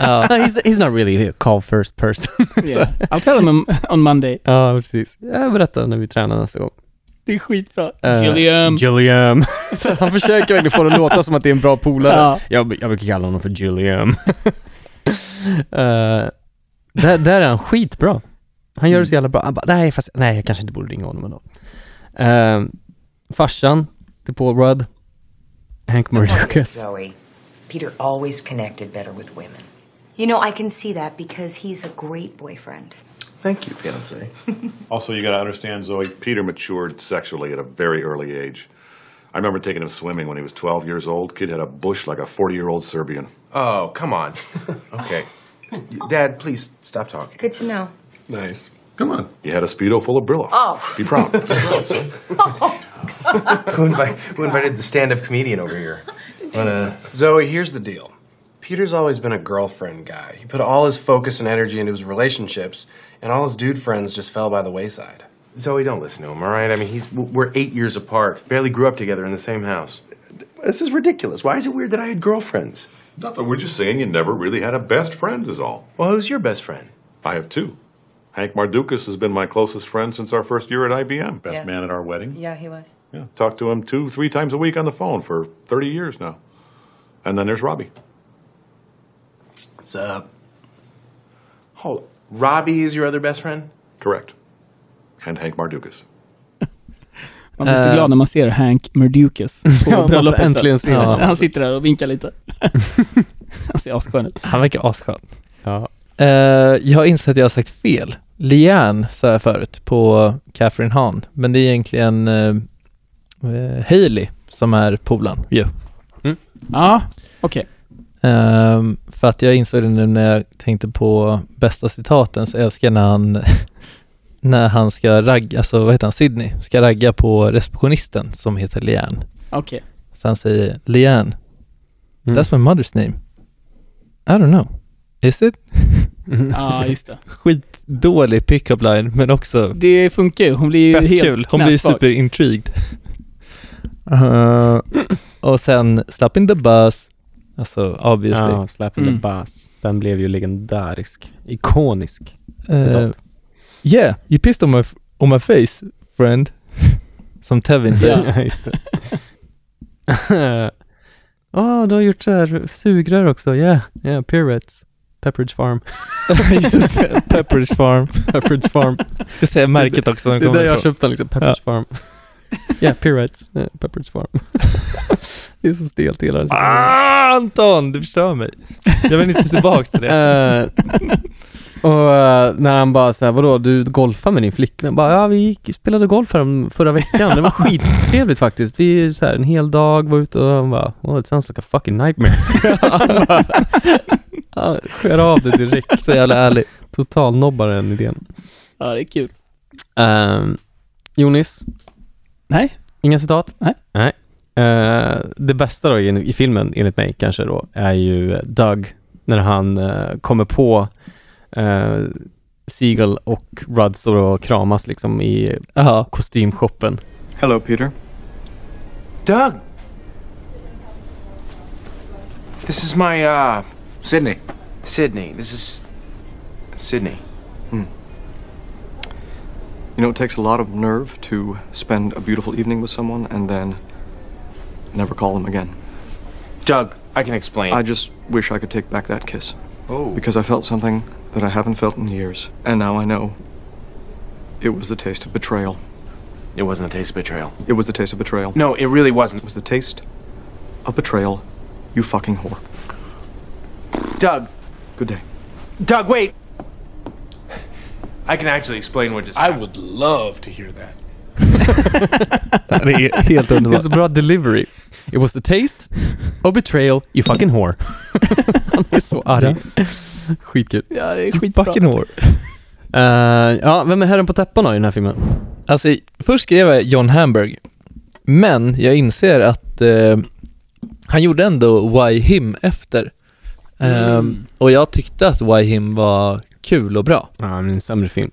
Speaker 1: he's, he's not really a call first person.
Speaker 5: Yeah. I'll tell him on- on Monday.
Speaker 1: Ja, precis. Jag berättar när vi tränar nästa gång.
Speaker 5: Det är skitbra.
Speaker 1: Eh,
Speaker 5: Gilliam.
Speaker 1: Gilliam. så han försöker verkligen få det att låta som att det är en bra polare.
Speaker 5: Ja.
Speaker 1: Jag, jag brukar kalla honom för Gilliam. Eh, där, där är han skitbra. Han gör det så jävla bra. Han bara, nej, fast, nej, jag kanske inte borde ringa honom ändå. Uh, farsan till Paul Rudd, Hank Mm. Mardukas.
Speaker 2: Zoe, Peter always connected better with women. You know, I can see that because he's a great boyfriend.
Speaker 4: Thank you, fiance. also, you got to understand, Zoe, Peter matured sexually at a very early age. I remember taking him swimming when he was 12 years old. Kid had a bush like a 40 year old Serbian.
Speaker 11: Oh, come on. Okay. Dad, please stop talking.
Speaker 2: Good to know.
Speaker 11: Nice.
Speaker 4: Come on. He had a Speedo full of Brillo.
Speaker 2: Oh.
Speaker 4: Be proud.
Speaker 11: who, invite, who invited the stand-up comedian over here? But, uh, Zoe, here's the deal. Peter's always been a girlfriend guy. He put all his focus and energy into his relationships, and all his dude friends just fell by the wayside. Zoe, don't listen to him, all right? I mean, he's we're eight years apart. Barely grew up together in the same house. This is ridiculous. Why is it weird that I had girlfriends?
Speaker 4: Nothing. We're just saying you never really had a best friend, is all.
Speaker 11: Well, who's your best friend?
Speaker 4: I have two. Hank Mardukas has been my closest friend since our first year at IBM. Best
Speaker 8: Yeah.
Speaker 4: man at our wedding.
Speaker 8: Yeah, he was.
Speaker 4: Yeah. Talked to him two, three times a week on the phone for 30 years now. And then there's Robbie.
Speaker 11: What's up? Hold. Robbie is your other best friend?
Speaker 4: Correct. And Hank Mardukas.
Speaker 5: Man blir så glad när man ser Hank Merdukas
Speaker 1: Ja, man
Speaker 5: på
Speaker 1: får
Speaker 5: bröllopet.
Speaker 1: äntligen se
Speaker 5: ja.
Speaker 1: honom.
Speaker 5: Han sitter där och vinkar lite. han ser asskön ut.
Speaker 6: Han verkar asskön.
Speaker 1: Ja.
Speaker 6: Eh, jag inser att jag har sagt fel. Leanne sa jag förut på Catherine Hahn, men det är egentligen eh, eh, Hailey som är polaren ju.
Speaker 5: Ja, okej.
Speaker 6: Ehm, för att jag insåg det nu när jag tänkte på bästa citaten, så älskar jag när han, när han ska ragga, alltså vad heter han, Sydney, ska ragga på receptionisten som heter Leanne.
Speaker 5: Okej.
Speaker 6: Så han säger Leanne,
Speaker 15: Mm.
Speaker 6: that's my mother's name. I don't know. Is it?
Speaker 1: Mm.
Speaker 5: Ja, just det.
Speaker 15: Skitdålig pickup line, men också
Speaker 5: Det funkar ju. Hon blir ju
Speaker 15: fett
Speaker 5: helt
Speaker 15: kul. Hon blir
Speaker 5: knäsvag.
Speaker 15: superintrigued.
Speaker 6: Eh, och sen Slap in the bus, alltså obviously.
Speaker 1: Ja, Slap in the
Speaker 6: Mm.
Speaker 1: Bus. Den blev ju legendarisk. Ikonisk.
Speaker 6: Eh,
Speaker 1: Citat.
Speaker 6: yeah, you pissed on my, f- on my face, friend. Som Tevin säger.
Speaker 1: Ja, just det. Ja, Ah, du har gjort så här sugrör också. Yeah, yeah, Pirates. Pepperidge Farm.
Speaker 15: Just det, Pepperidge Farm.
Speaker 1: Pepperidge Farm.
Speaker 15: Ska säga märket också.
Speaker 1: Det
Speaker 15: när
Speaker 1: är
Speaker 15: kommer
Speaker 1: där jag
Speaker 15: ifrån.
Speaker 1: köpte den liksom, Pepperidge Farm. yeah, Pirates. Yeah, Pepperidge Farm. det är så stelt hela det.
Speaker 15: Ah, Anton, du förstör mig. Jag vill inte tillbaks till det.
Speaker 1: Eh, och eh, när han bara såhär, vadå du golfar med din flickvän? Bara, ja vi gick, spelade golf här förra veckan, det var skittrevligt faktiskt. Vi så här, en hel dag var ute och han bara, oh, it sounds like a fucking nightmare. Han bara, ja, Skär av det direkt.
Speaker 6: Så jävla ärlig.
Speaker 1: Totalnobbar den idén.
Speaker 5: Ja, det är kul.
Speaker 1: Um, Jonis?
Speaker 5: Nej.
Speaker 1: Inga citat?
Speaker 5: Nej.
Speaker 1: Nej. Eh, det bästa då i, i filmen, enligt mig kanske då, är ju eh, Doug när han eh, kommer på eh, Siegel och Rudd står och kramas liksom i kostymshoppen.
Speaker 3: Hello, Peter. Doug. This is my, uh. Sydney. Sydney. This is. Sydney.
Speaker 16: You know, it takes a lot of nerve to spend a beautiful evening with someone and then never call them again.
Speaker 3: Doug, I can explain.
Speaker 16: I just wish I could take back that kiss.
Speaker 3: Oh.
Speaker 16: Because I felt something that I haven't felt in years, and now I know it was the taste of betrayal.
Speaker 3: It wasn't the taste of betrayal.
Speaker 16: It was the taste of betrayal.
Speaker 3: No, it really wasn't.
Speaker 16: It was the taste of betrayal, you fucking whore.
Speaker 3: Doug.
Speaker 16: Good day.
Speaker 3: Doug, wait. I can actually explain what just. I
Speaker 12: would love to hear that.
Speaker 1: det är helt underbart. Det är så bra delivery. It was the taste of betrayal, you fucking whore. han är så arg. Skitkul.
Speaker 5: Ja, det är
Speaker 1: skitbra. Fucking whore. ja, vem är herren på täppan då i den här filmen?
Speaker 6: Alltså, först skrev jag John Hamburg, men jag inser att eh, han gjorde ändå Why Him efter. Ehm, och jag tyckte att Why Him var kul och bra. Ehm,
Speaker 1: Ja, men en sämre film.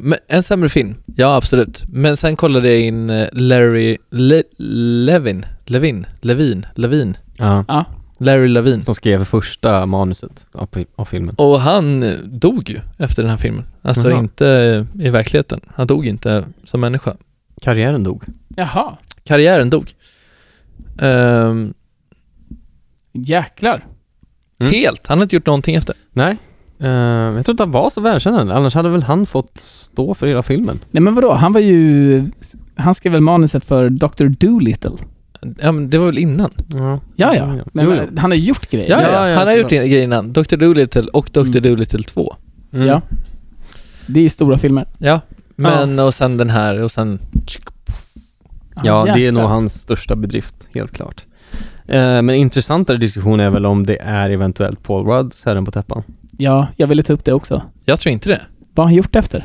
Speaker 6: men en sämre film, ja absolut. Men sen kollade jag in eh, Larry Le- Levin, Levin, Levin, Levin.
Speaker 1: Ja.
Speaker 6: Larry Levin.
Speaker 1: Som skrev första manuset av, av filmen.
Speaker 6: Och han eh, dog ju efter den här filmen. Alltså
Speaker 1: Jaha.
Speaker 6: inte eh, i verkligheten. Han dog inte som människa.
Speaker 1: Karriären dog.
Speaker 5: Jaha.
Speaker 6: Karriären dog. Ehm,
Speaker 5: Jäklar.
Speaker 1: Mm.
Speaker 6: Helt. Han har inte gjort någonting efter.
Speaker 1: Nej. Eh, jag tror inte han var så välkänd annars hade väl han fått stå för hela filmen.
Speaker 5: Nej men vadå, han var ju... Han skrev väl manuset för Dr. Dolittle?
Speaker 6: Ja men det var väl innan?
Speaker 1: Ja.
Speaker 5: Ja, ja. Men
Speaker 6: Mm. Jo, jo.
Speaker 5: han har gjort grejer.
Speaker 6: Ja, ja, han har gjort grejer innan. Dr. Dolittle och Dr.
Speaker 1: Mm.
Speaker 6: Dolittle 2.
Speaker 5: Ja. Det är stora filmer.
Speaker 6: Ja, men och sen den här och sen...
Speaker 5: Ah,
Speaker 1: Ja, det är
Speaker 6: jäklar.
Speaker 1: nog hans största bedrift, helt klart. Eh, men intressantare diskussion är väl om det är eventuellt Paul Rudds Herren på täppan.
Speaker 5: Ja, jag ville ta upp det också.
Speaker 6: Jag tror inte det.
Speaker 5: Vad har han gjort efter?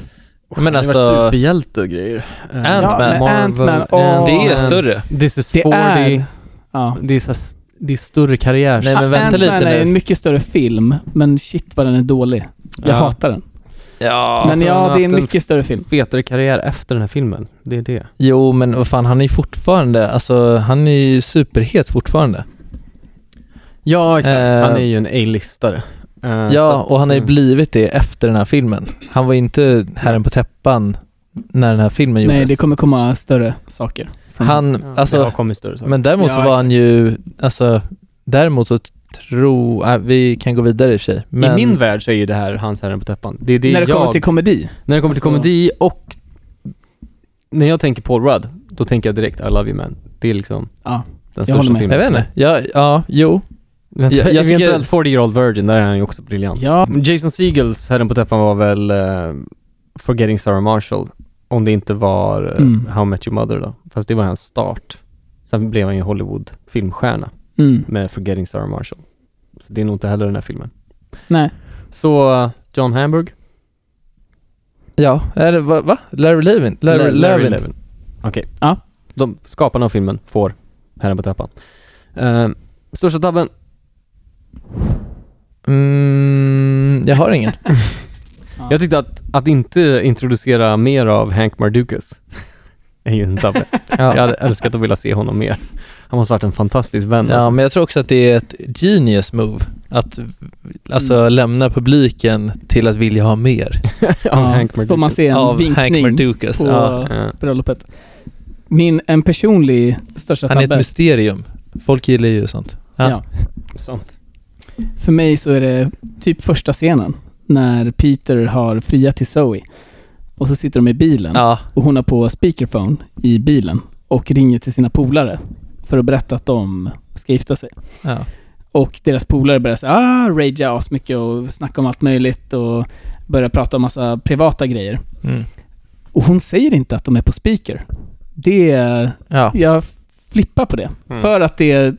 Speaker 6: Men
Speaker 1: Han har varit
Speaker 6: alltså...
Speaker 1: superhjälte och grejer. Eh,
Speaker 6: Ant-Man.
Speaker 5: Ja, men
Speaker 1: Marvel,
Speaker 5: Ant-Man, åh.
Speaker 6: Det är större.
Speaker 1: This is
Speaker 5: Det
Speaker 1: 40.
Speaker 5: är- Ja. Ah,
Speaker 1: Det är, så här, s- det är större karriär.
Speaker 6: Nej, men vänta
Speaker 5: Ant-Man
Speaker 6: lite
Speaker 5: är
Speaker 6: nu.
Speaker 5: en mycket större film, men shit vad den är dålig. Jag
Speaker 1: Ja.
Speaker 5: hatar den.
Speaker 6: Ja,
Speaker 5: men
Speaker 1: tror han
Speaker 5: ja,
Speaker 1: har
Speaker 5: det är en
Speaker 1: haft en-
Speaker 5: mycket större film.
Speaker 1: Fetare karriär efter den här filmen. Det är det.
Speaker 6: Jo, men vad fan, han är ju fortfarande, alltså han är ju superhet fortfarande.
Speaker 1: Ja, exakt.
Speaker 6: Eh,
Speaker 1: han är ju en A-listare. Eh, så
Speaker 6: ja,
Speaker 1: att-
Speaker 6: och han har ju blivit det efter den här filmen. Han var ju inte herren på täppan när den här filmen gjordes.
Speaker 5: Nej, det kommer komma större saker.
Speaker 6: Han,
Speaker 1: Ja, det har
Speaker 6: alltså,
Speaker 1: kommit större saker.
Speaker 6: men däremot så
Speaker 5: Ja,
Speaker 6: var han ju, alltså, däremot så tror, äh, vi kan gå vidare i och för sig. Men,
Speaker 1: I min värld så är ju det här hans Herren på täppan. Det är det
Speaker 5: När det
Speaker 1: jag,
Speaker 5: kommer till komedi.
Speaker 1: när det kommer till
Speaker 5: Alltså-
Speaker 1: komedi och när jag tänker Paul Rudd, då tänker jag direkt I love you man. Det är liksom
Speaker 5: Ja.
Speaker 1: den
Speaker 5: håller
Speaker 1: största
Speaker 5: med.
Speaker 1: filmen.
Speaker 6: jag vet inte, ja, ja jo.
Speaker 1: Eventuellt,
Speaker 6: Jag- jag tycker-
Speaker 1: eventuellt 40 year old virgin, där är han ju också briljant.
Speaker 5: Ja.
Speaker 1: Jason Segels Herren på täppan var väl eh, Forgetting Sarah Marshall, om det inte var eh,
Speaker 5: Mm.
Speaker 1: How I Met Your Mother då. Fast det var hans start. Sen blev han ju Hollywood filmstjärna
Speaker 5: Mm.
Speaker 1: med Forgetting Sarah Marshall. Så det är nog inte heller den här filmen.
Speaker 5: Nej.
Speaker 1: Så, eh, John Hamburg?
Speaker 6: Ja, är det, va, va? Larry Levin? Larry,
Speaker 1: Larry,
Speaker 6: Levin.
Speaker 1: Levin. Okej. Ja. De, skaparna av filmen får Herren på trappan. Eh, största tabben?
Speaker 6: Mm, jag har ingen.
Speaker 1: Jag tyckte att, att inte introducera mer av Hank Mardukas är ju en tabbe. Jag hade älskat att vilja se honom mer. Han måste ha varit en fantastisk vän. alltså.
Speaker 6: Ja, men jag tror också att det är ett genius move att alltså, lämna publiken till att vilja ha mer.
Speaker 5: Ja, så får man se en
Speaker 6: Av Hank
Speaker 5: vinkning
Speaker 6: Mardukas.
Speaker 5: på
Speaker 6: Ja.
Speaker 5: bröllopet. Min, en personlig största
Speaker 6: Han är ett
Speaker 5: tabbe.
Speaker 6: mysterium. Folk gillar ju sånt. Ja.
Speaker 5: Ja. För mig så är det typ första scenen när Peter har friat till Zoe och så sitter de i bilen och hon har på speakerphone i bilen och ringer till sina polare för att berätta att de ska gifta sig.
Speaker 6: Ja.
Speaker 5: Och deras polare börjar säga ah, ragea asmycket och snacka om allt möjligt och börjar prata om massa privata grejer.
Speaker 6: Mm.
Speaker 5: Och hon säger inte att de är på speaker. Det... Jag flippar på det.
Speaker 6: Mm.
Speaker 5: För att det...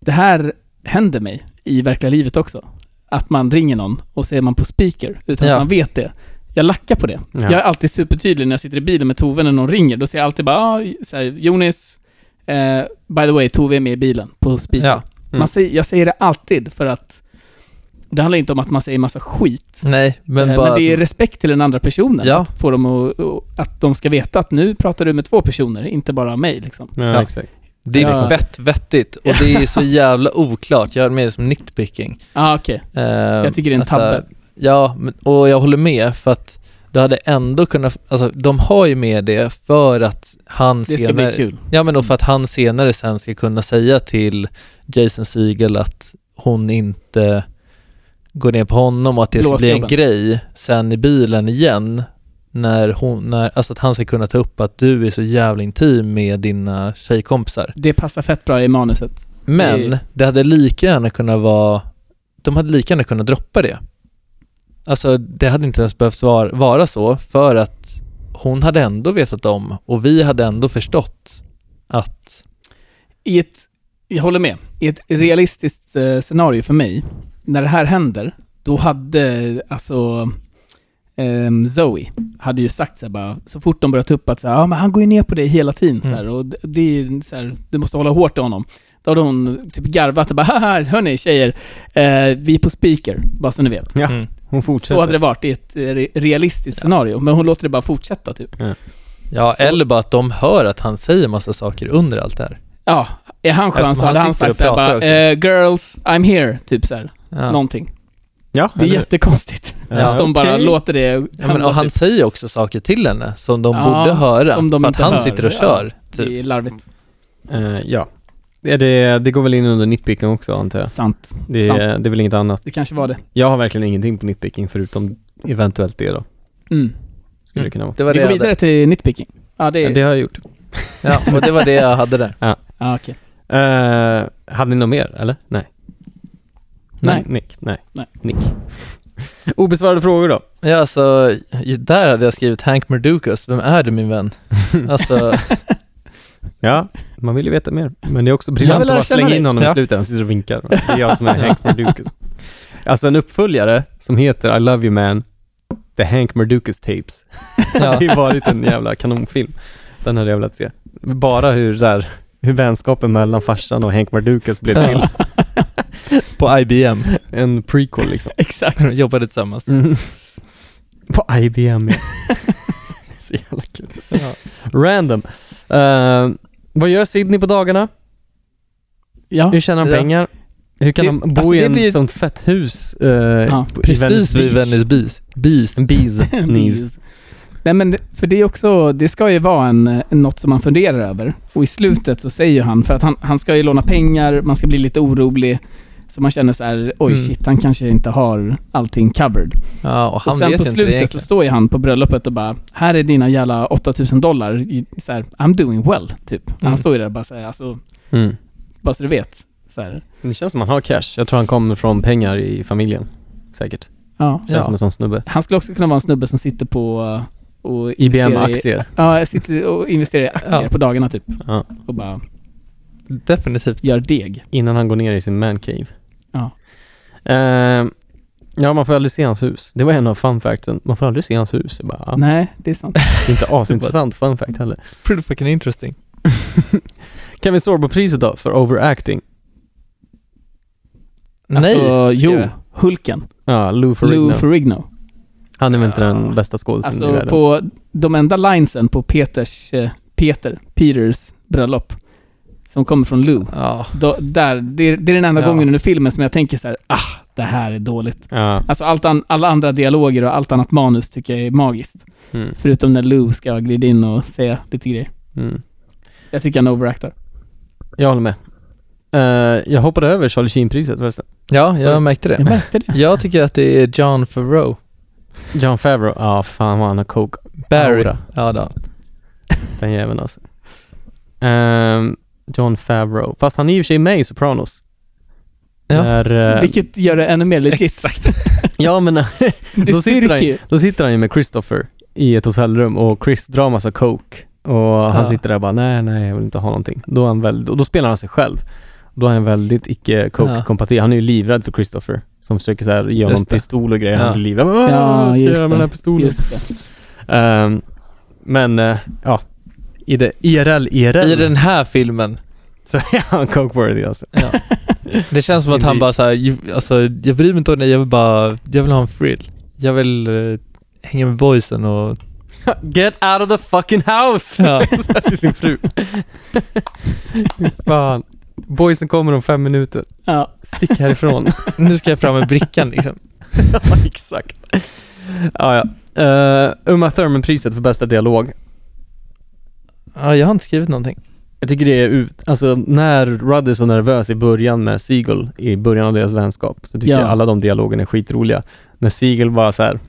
Speaker 5: Det här händer mig i verkliga livet också. Att man ringer någon och så är man på speaker utan
Speaker 6: Ja.
Speaker 5: att man vet det. Jag lackar på det.
Speaker 6: Ja.
Speaker 5: Jag är alltid supertydlig när jag sitter i bilen med Tove när någon ringer. Då säger jag alltid bara ah, så här, Jonis, eh, by the way, Tove är med i bilen på speaker.
Speaker 6: Ja. Mm.
Speaker 5: Man säger, jag säger det alltid för att det handlar inte om att man säger massa skit.
Speaker 6: Nej, men
Speaker 5: Eh,
Speaker 6: bara...
Speaker 5: men det är respekt till den andra personen.
Speaker 6: Ja.
Speaker 5: Att, få dem att, att de ska veta att nu pratar du med två personer, inte bara mig. Liksom.
Speaker 6: Ja. Det är
Speaker 5: Ja.
Speaker 6: fett vettigt och det är så jävla oklart. Jag är med det som nitpicking. Eh,
Speaker 5: Ja, Ah, okej. Jag tycker det är en
Speaker 6: alltså,
Speaker 5: tabbe.
Speaker 6: Ja, men- och jag håller med för att du hade ändå kunnat, alltså de har ju med det för att han
Speaker 5: Det ska bli
Speaker 6: senare...
Speaker 5: kul. Mm.
Speaker 6: Ja, men och för att han senare sen ska kunna säga till Jason Segel att hon inte går ner på honom och att det ska bli en
Speaker 5: Blåsjobben.
Speaker 6: grej sen i bilen igen när hon, när, alltså att han ska kunna ta upp att du är så jävla intim med dina tjejkompisar.
Speaker 5: Det passar fett bra i manuset.
Speaker 6: Men
Speaker 5: Det-
Speaker 6: det hade lika gärna kunnat vara, de hade lika gärna kunnat droppa det. Alltså det hade inte ens behövt vara, vara så för att hon hade ändå vetat om och vi hade ändå förstått att
Speaker 5: I ett, jag håller med. I ett realistiskt eh, scenario för mig, när det här händer, då hade alltså ehm, Zoe hade ju sagt så här bara, så fort de börjat upp att så här, ah, men han går ju ner på dig hela tiden så här, och det- det är så här, du måste hålla hårt i honom. Då hade hon typ garvat och bara, haha, hörni tjejer, eh, vi är på speaker, bara så ni vet.
Speaker 1: Ja,
Speaker 6: Mm.
Speaker 1: hon fortsätter.
Speaker 5: Så hade det varit i ett eh, re- realistiskt scenario, men hon låter det bara fortsätta typ.
Speaker 6: Ja, eller bara att de hör att han säger massa saker under allt det här.
Speaker 5: Ja, är han skön
Speaker 6: Eftersom
Speaker 5: så hade
Speaker 6: han
Speaker 5: han
Speaker 6: sitter
Speaker 5: sagt
Speaker 6: och
Speaker 5: såhär
Speaker 6: pratar
Speaker 5: bara,
Speaker 6: också.
Speaker 5: eh, “Girls, I'm here”, typ såhär.
Speaker 6: Ja.
Speaker 5: Någonting.
Speaker 1: Ja,
Speaker 5: det är
Speaker 6: eller-
Speaker 5: jättekonstigt.
Speaker 6: Ja,
Speaker 5: att de bara
Speaker 6: okej.
Speaker 5: låter det
Speaker 6: Ja, men, och han säger också saker till henne som de
Speaker 5: Ja,
Speaker 6: borde höra
Speaker 5: som de
Speaker 6: för att
Speaker 5: inte
Speaker 6: han
Speaker 5: hör.
Speaker 6: sitter och
Speaker 5: Ja,
Speaker 6: kör. typ.
Speaker 5: Det är larvigt.
Speaker 1: Eh, ja. Det, det, det går väl in under nitpicking också antar jag?
Speaker 5: Sant.
Speaker 1: Det,
Speaker 5: Sant.
Speaker 1: det är väl inget annat?
Speaker 5: Det kanske var det.
Speaker 1: Jag har verkligen ingenting på nitpicking förutom eventuellt det då.
Speaker 5: Mm.
Speaker 1: Skulle det kunna vara.
Speaker 5: Vi går vidare till nitpicking. Ja, det
Speaker 1: Ja,
Speaker 5: är...
Speaker 1: det har jag gjort.
Speaker 6: Ja, och det var det jag hade där.
Speaker 1: Ja.
Speaker 5: Ja, okej.
Speaker 1: Eh, hade ni något mer, eller? Nej.
Speaker 5: Nej.
Speaker 1: Nick, nej.
Speaker 5: Nej.
Speaker 1: Nick. Obesvarade frågor då?
Speaker 6: Ja, alltså, i- där hade jag skrivit Hank Mardukas, vem är du min vän? Alltså,
Speaker 1: Ja, man vill ju veta mer. Men det är också briljant att
Speaker 6: vill lära
Speaker 1: bara
Speaker 6: känna
Speaker 1: slänga
Speaker 6: dig.
Speaker 1: in honom i
Speaker 6: Ja.
Speaker 1: slutet. Han sitter och vinkar. Det är jag som är Hank Mardukas. Alltså en uppföljare som heter I Love You Man, The Hank Mardukas Tapes. Det hade ju varit en jävla kanonfilm. Den hade jag velat se. Bara hur, så här, hur vänskapen mellan farsan och Hank Mardukas blev till.
Speaker 6: På IBM.
Speaker 1: En prequel liksom.
Speaker 5: Exakt.
Speaker 6: de jobbade tillsammans.
Speaker 1: Mm. På IBM ja. Så jävla kul. Random. Eh, vad gör Sydney på dagarna?
Speaker 5: Ja.
Speaker 1: Hur tjänar han
Speaker 6: Ja.
Speaker 1: pengar? Hur kan
Speaker 6: Det-
Speaker 1: han bo
Speaker 6: alltså,
Speaker 1: i
Speaker 6: det
Speaker 1: ett
Speaker 6: blir-
Speaker 1: sånt fett hus? eh,
Speaker 5: Ja.
Speaker 1: på- i
Speaker 6: Precis vid
Speaker 1: Venice
Speaker 6: Venice Beach. Beach.
Speaker 1: Beach.
Speaker 6: Mm.
Speaker 1: Bees.
Speaker 5: Bees. Nej men, det- för det är också, det ska ju vara en, eh, något som man funderar över. Och i slutet så säger ju han, för att han, han ska ju låna pengar, man ska bli lite orolig. Så man känner så här, oj
Speaker 6: Mm.
Speaker 5: shit, han kanske inte har allting covered.
Speaker 6: Ja, och
Speaker 5: Och,
Speaker 6: han
Speaker 5: sen
Speaker 6: vet
Speaker 5: på
Speaker 6: ju inte det
Speaker 5: slutet så
Speaker 6: egentligen.
Speaker 5: står ju han på bröllopet och bara, här är dina jävla 8000 dollar, i- så här, I'm doing well, typ.
Speaker 6: Mm.
Speaker 5: Han står ju där och bara säger, alltså,
Speaker 1: Mm.
Speaker 5: bara så du vet. Så här.
Speaker 1: Det känns som han har cash. Jag tror han kommer från pengar i familjen. Säkert.
Speaker 5: Ja.
Speaker 1: Känns som en sån snubbe.
Speaker 5: Han skulle också kunna vara en snubbe som sitter på
Speaker 1: IBM
Speaker 5: och investerar i-
Speaker 1: aktier.
Speaker 5: Ja, jag sitter och investerar i aktier
Speaker 6: Ja.
Speaker 5: på dagarna typ.
Speaker 1: Ja.
Speaker 5: Och bara
Speaker 6: Definitivt.
Speaker 5: gör deg.
Speaker 1: Innan han går ner i sin mancave.
Speaker 5: Ja.
Speaker 1: Eh, ja, man får aldrig se hans hus. Det var en av fun factsen. Man får aldrig se hans hus. Jag bara, ja.
Speaker 5: Nej, det är sant.
Speaker 1: Det är inte asintressant fun fact heller.
Speaker 6: Pretty fucking interesting.
Speaker 1: Kevin Sorbo-priset då, för overacting?
Speaker 5: Alltså,
Speaker 1: Nej,
Speaker 5: jo,
Speaker 1: skrev jag.
Speaker 5: Hulken.
Speaker 1: Ja, Lou Ferrigno.
Speaker 5: Lou Ferrigno.
Speaker 1: Han är väl inte den bästa skådisen i
Speaker 5: Alltså
Speaker 1: världen?
Speaker 5: på de enda linesen på Peters, eh, Peter, Peters bröllop, som kommer från Lou. Då, där, det, är, det är den enda
Speaker 1: Ja.
Speaker 5: gången under filmen som jag tänker så här, ah, det här är dåligt.
Speaker 1: Ja.
Speaker 5: Alltså allt an, alla andra dialoger och allt annat manus tycker jag är magiskt.
Speaker 1: Mm.
Speaker 5: Förutom när Lou ska glida in och säga lite grejer.
Speaker 1: Mm.
Speaker 5: Jag tycker han overactar.
Speaker 1: Jag håller med. Eh, jag hoppade över Charlie Sheen-priset förresten.
Speaker 6: Ja, jag
Speaker 1: Sorry.
Speaker 6: märkte det.
Speaker 5: Jag märkte det.
Speaker 6: Jag tycker att det är John Favreau.
Speaker 1: John Favreau, ja fan vad han har coke.
Speaker 6: Barry.
Speaker 1: aura,
Speaker 6: Ja, då.
Speaker 1: Den jäveln alltså. Ehm, John Favreau. Fast han är i och för sig med i Sopranos.
Speaker 6: Ja.
Speaker 1: Där, eh,
Speaker 5: Vilket gör det ännu mer legit.
Speaker 6: Exakt.
Speaker 1: ja men
Speaker 5: Det
Speaker 1: då, sitter
Speaker 5: styrker ju.
Speaker 1: han, då sitter han ju med Christopher i ett hotellrum och Chris drar massa coke. Och han
Speaker 5: Ja.
Speaker 1: sitter där och bara nej, nej, jag vill inte ha någonting. Då, är han väldigt, och då spelar han sig själv. Då är han väldigt icke coke-kompatibel. Han är ju livrädd för Christopher. Som försöker så här, ge honom
Speaker 6: Just det.
Speaker 1: pistol och grejer.
Speaker 6: Ja.
Speaker 1: Han blir livrädd. "Åh,
Speaker 5: Ja,
Speaker 1: vad Ah, ska jag
Speaker 5: just
Speaker 1: göra med
Speaker 5: det.
Speaker 1: den här pistolen?
Speaker 5: Just det.
Speaker 1: Ehm, men eh, ja, i det IRL, IRL.
Speaker 6: I den här filmen.
Speaker 1: Så är han coke-worthy alltså.
Speaker 6: Ja. Det känns som att han bara såhär, "You- alltså jag bryr mig inte om det, jag vill bara, jag vill ha en thrill. Jag vill eh, hänga med boysen och...
Speaker 1: Get out of the fucking house!
Speaker 6: Ja.
Speaker 1: Sa till sin fru. Fan. Boysen kommer om fem minuter.
Speaker 5: Ja.
Speaker 1: Stick härifrån.
Speaker 6: Nu ska jag fram med brickan liksom.
Speaker 1: Exakt. Ja, ja. Eh, Uma Thurman-priset för bästa dialog.
Speaker 6: Ja, jag har inte skrivit någonting.
Speaker 1: Jag tycker det är ut, alltså när Rudd är så nervös i början med Siegel, i början av deras vänskap, så tycker
Speaker 5: Ja.
Speaker 1: jag alla de dialogerna är skitroliga. När Siegel bara så här,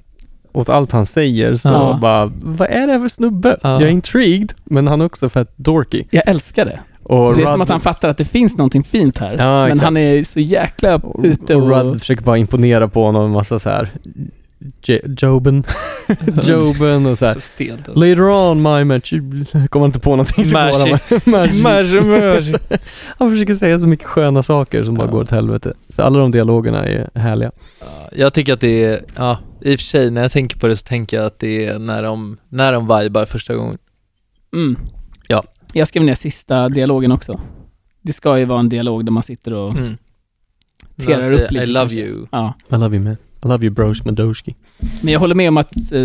Speaker 1: åt allt han säger så
Speaker 5: Ja.
Speaker 1: bara, vad är det här för snubbe?
Speaker 6: Ja.
Speaker 1: Jag är intrigued, men han är också fett dorky.
Speaker 5: Jag älskar det.
Speaker 1: Och
Speaker 5: det är
Speaker 1: Rudd-
Speaker 5: som att han fattar att det finns någonting fint här.
Speaker 1: Ja,
Speaker 5: men
Speaker 1: exakt.
Speaker 5: han är så jäkla ute
Speaker 1: och
Speaker 5: och...
Speaker 1: Rudd försöker bara imponera på honom en massa så här J- Joben, Joben och så här.
Speaker 6: Så stelt. alltså.
Speaker 1: Later on my match, kommer inte på någonting. så går han
Speaker 6: Mashi.
Speaker 1: bara,
Speaker 6: Mashi, mashi.
Speaker 1: Han försöker säga så mycket sköna saker som bara
Speaker 6: Ja.
Speaker 1: går åt helvete. Så alla de dialogerna är härliga.
Speaker 6: Jag tycker att det är, ja, i och för sig när jag tänker på det så tänker jag att det är när de, när de vibar första gången.
Speaker 5: Mm.
Speaker 6: Ja.
Speaker 5: Jag skrev ner sista dialogen också. Det ska ju vara en dialog där man sitter och
Speaker 6: Mm.
Speaker 5: terar
Speaker 6: När de
Speaker 5: upp
Speaker 6: säger,
Speaker 5: lite.
Speaker 6: I love
Speaker 5: kanske."
Speaker 6: you.
Speaker 5: Ja.
Speaker 1: I love you man. I love you bros Madoski.
Speaker 5: Men jag håller med om att eh,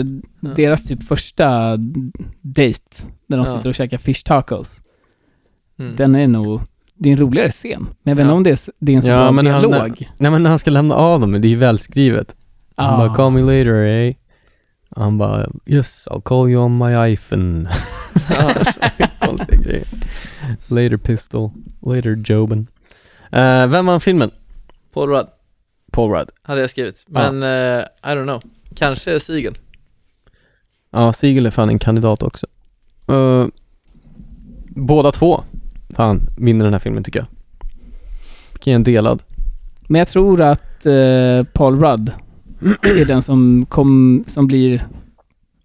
Speaker 5: deras typ första dejt, när de
Speaker 6: Ja.
Speaker 5: sitter och käkar fish tacos,
Speaker 6: Mm.
Speaker 5: den är nog... Det är en roligare scen, men jag vet inte
Speaker 6: Ja.
Speaker 5: om det är, s- det är en så bra
Speaker 1: men han,
Speaker 5: dialog.
Speaker 1: när, nej men när han ska lämna av dem, det är ju välskrivet. Han
Speaker 5: Ah.
Speaker 1: bara “call me later eh?” Han bara “yes, I'll call you on my iPhone”. Så konstiga grejer. Later pistol, later Joben. Eh, vem vann filmen?
Speaker 6: Paul Rudd
Speaker 1: Paul Rudd.
Speaker 6: hade jag skrivit, men eh, I don't know. Kanske Sigel.
Speaker 1: Ja, Siegel är fan en kandidat också. Eh, båda två, fan, vinner den här filmen tycker jag. Vilken delad.
Speaker 5: Men jag tror att eh, Paul Rudd är den som, kom, som blir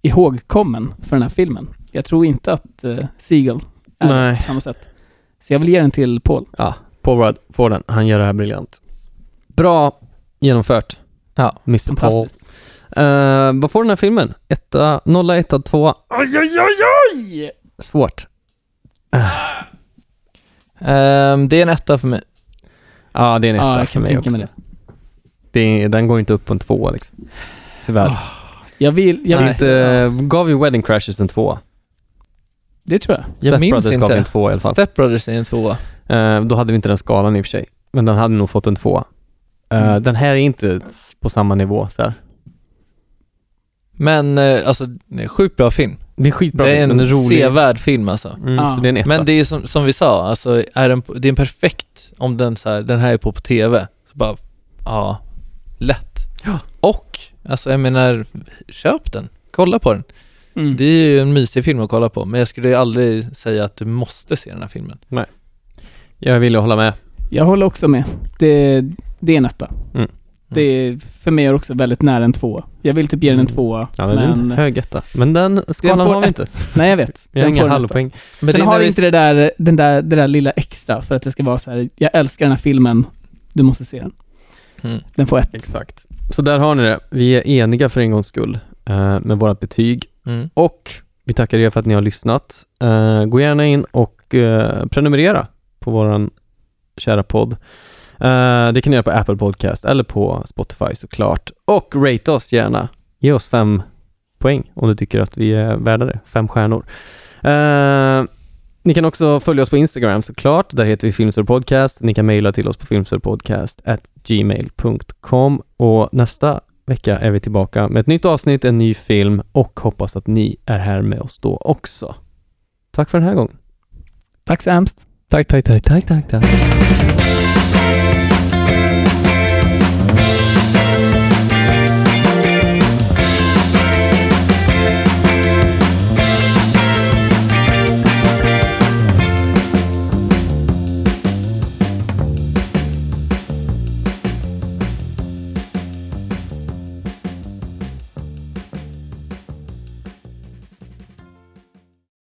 Speaker 5: ihågkommen för den här filmen. Jag tror inte att eh, Siegel är
Speaker 1: Nej.
Speaker 5: på samma sätt. Så jag vill ge den till Paul.
Speaker 1: Ja, Paul Rudd får den. Han gör det här briljant. Bra genomfört,
Speaker 6: Ja.
Speaker 1: Mr Paul.
Speaker 5: Fantastiskt.
Speaker 1: Uh, vad får den här filmen? Etta, nolla, etta, tvåa.
Speaker 5: Aj, aj, aj, aj!
Speaker 1: Svårt.
Speaker 6: Ehm, det är en etta för mig.
Speaker 1: Ja, det är en etta
Speaker 5: Ja, jag
Speaker 1: för
Speaker 5: kan
Speaker 1: mig
Speaker 5: tänka
Speaker 1: också.
Speaker 5: mig det.
Speaker 1: Det är, den går inte upp på en tvåa liksom. Tyvärr.
Speaker 5: Ah, Jag vill, jag vill,
Speaker 1: Inte, gav ju Wedding Crashes en tvåa.
Speaker 5: det tror jag.
Speaker 6: Jag
Speaker 1: Step
Speaker 6: minns
Speaker 1: Brothers gav
Speaker 6: inte.
Speaker 1: en tvåa i alla fall.
Speaker 6: Step Brothers är en tvåa.
Speaker 1: Eh, då hade vi inte den skalan i och för sig, men den hade nog fått en tvåa. Eh, Den här är inte s- på samma nivå så här.
Speaker 6: Men eh, alltså, det är en sjukt bra film.
Speaker 1: Det är skitbra,
Speaker 6: det är
Speaker 1: men
Speaker 6: en
Speaker 1: den är rolig.
Speaker 6: sevärd film alltså.
Speaker 1: Mm,
Speaker 5: Ja.
Speaker 1: så det är en etta.
Speaker 6: Men det är som, som vi sa, alltså, är den, det är en perfekt, om den, så här, den här är på på TV, så bara, ja, lätt.
Speaker 1: Ja.
Speaker 6: Och, alltså jag menar, köp den, kolla på den.
Speaker 5: Mm.
Speaker 6: Det är ju en mysig film att kolla på, men jag skulle ju aldrig säga att du måste se den här filmen.
Speaker 1: Jag vill hålla med.
Speaker 5: Jag håller också med. Det, det är en etta.
Speaker 1: Mm. Mm.
Speaker 5: Det är för mig är det också väldigt nära en tvåa. Jag vill typ ge den en tvåa,
Speaker 1: Ja, men, det är en
Speaker 5: men...
Speaker 1: hög etta. Men den skalan
Speaker 5: får
Speaker 1: har vi
Speaker 5: ett.
Speaker 1: inte.
Speaker 5: Nej, jag vet.
Speaker 1: Vi har
Speaker 5: Den får
Speaker 1: inga
Speaker 5: en etta.
Speaker 1: halvpoäng.
Speaker 6: Men det
Speaker 5: den
Speaker 6: är när
Speaker 5: har
Speaker 6: vi-
Speaker 5: inte det där, den där, det där lilla extra för att det ska vara så här, jag älskar den här filmen, du måste se den.
Speaker 6: mm,
Speaker 5: Den får ett.
Speaker 1: Exakt. Så där har ni det. Vi är eniga för en gångs skull eh, med vårt betyg.
Speaker 6: Mm.
Speaker 1: Och vi tackar er för att ni har lyssnat. Eh, gå gärna in och eh, prenumerera på vår kära podd. Eh, det kan ni göra på Apple Podcast eller på Spotify såklart. Och rate oss gärna. Ge oss fem poäng om du tycker att vi är värda det. Fem stjärnor. Eh, ni kan också följa oss på Instagram såklart. Där heter vi filmsurpodcast. Ni kan mejla till oss på filmsurpodcast@gmail.com och nästa vecka är vi tillbaka med ett nytt avsnitt, en ny film och hoppas att ni är här med oss då också. Tack för den här gången.
Speaker 5: Tack så hemskt.
Speaker 1: Tack, tack, tack, tack, tack, tack.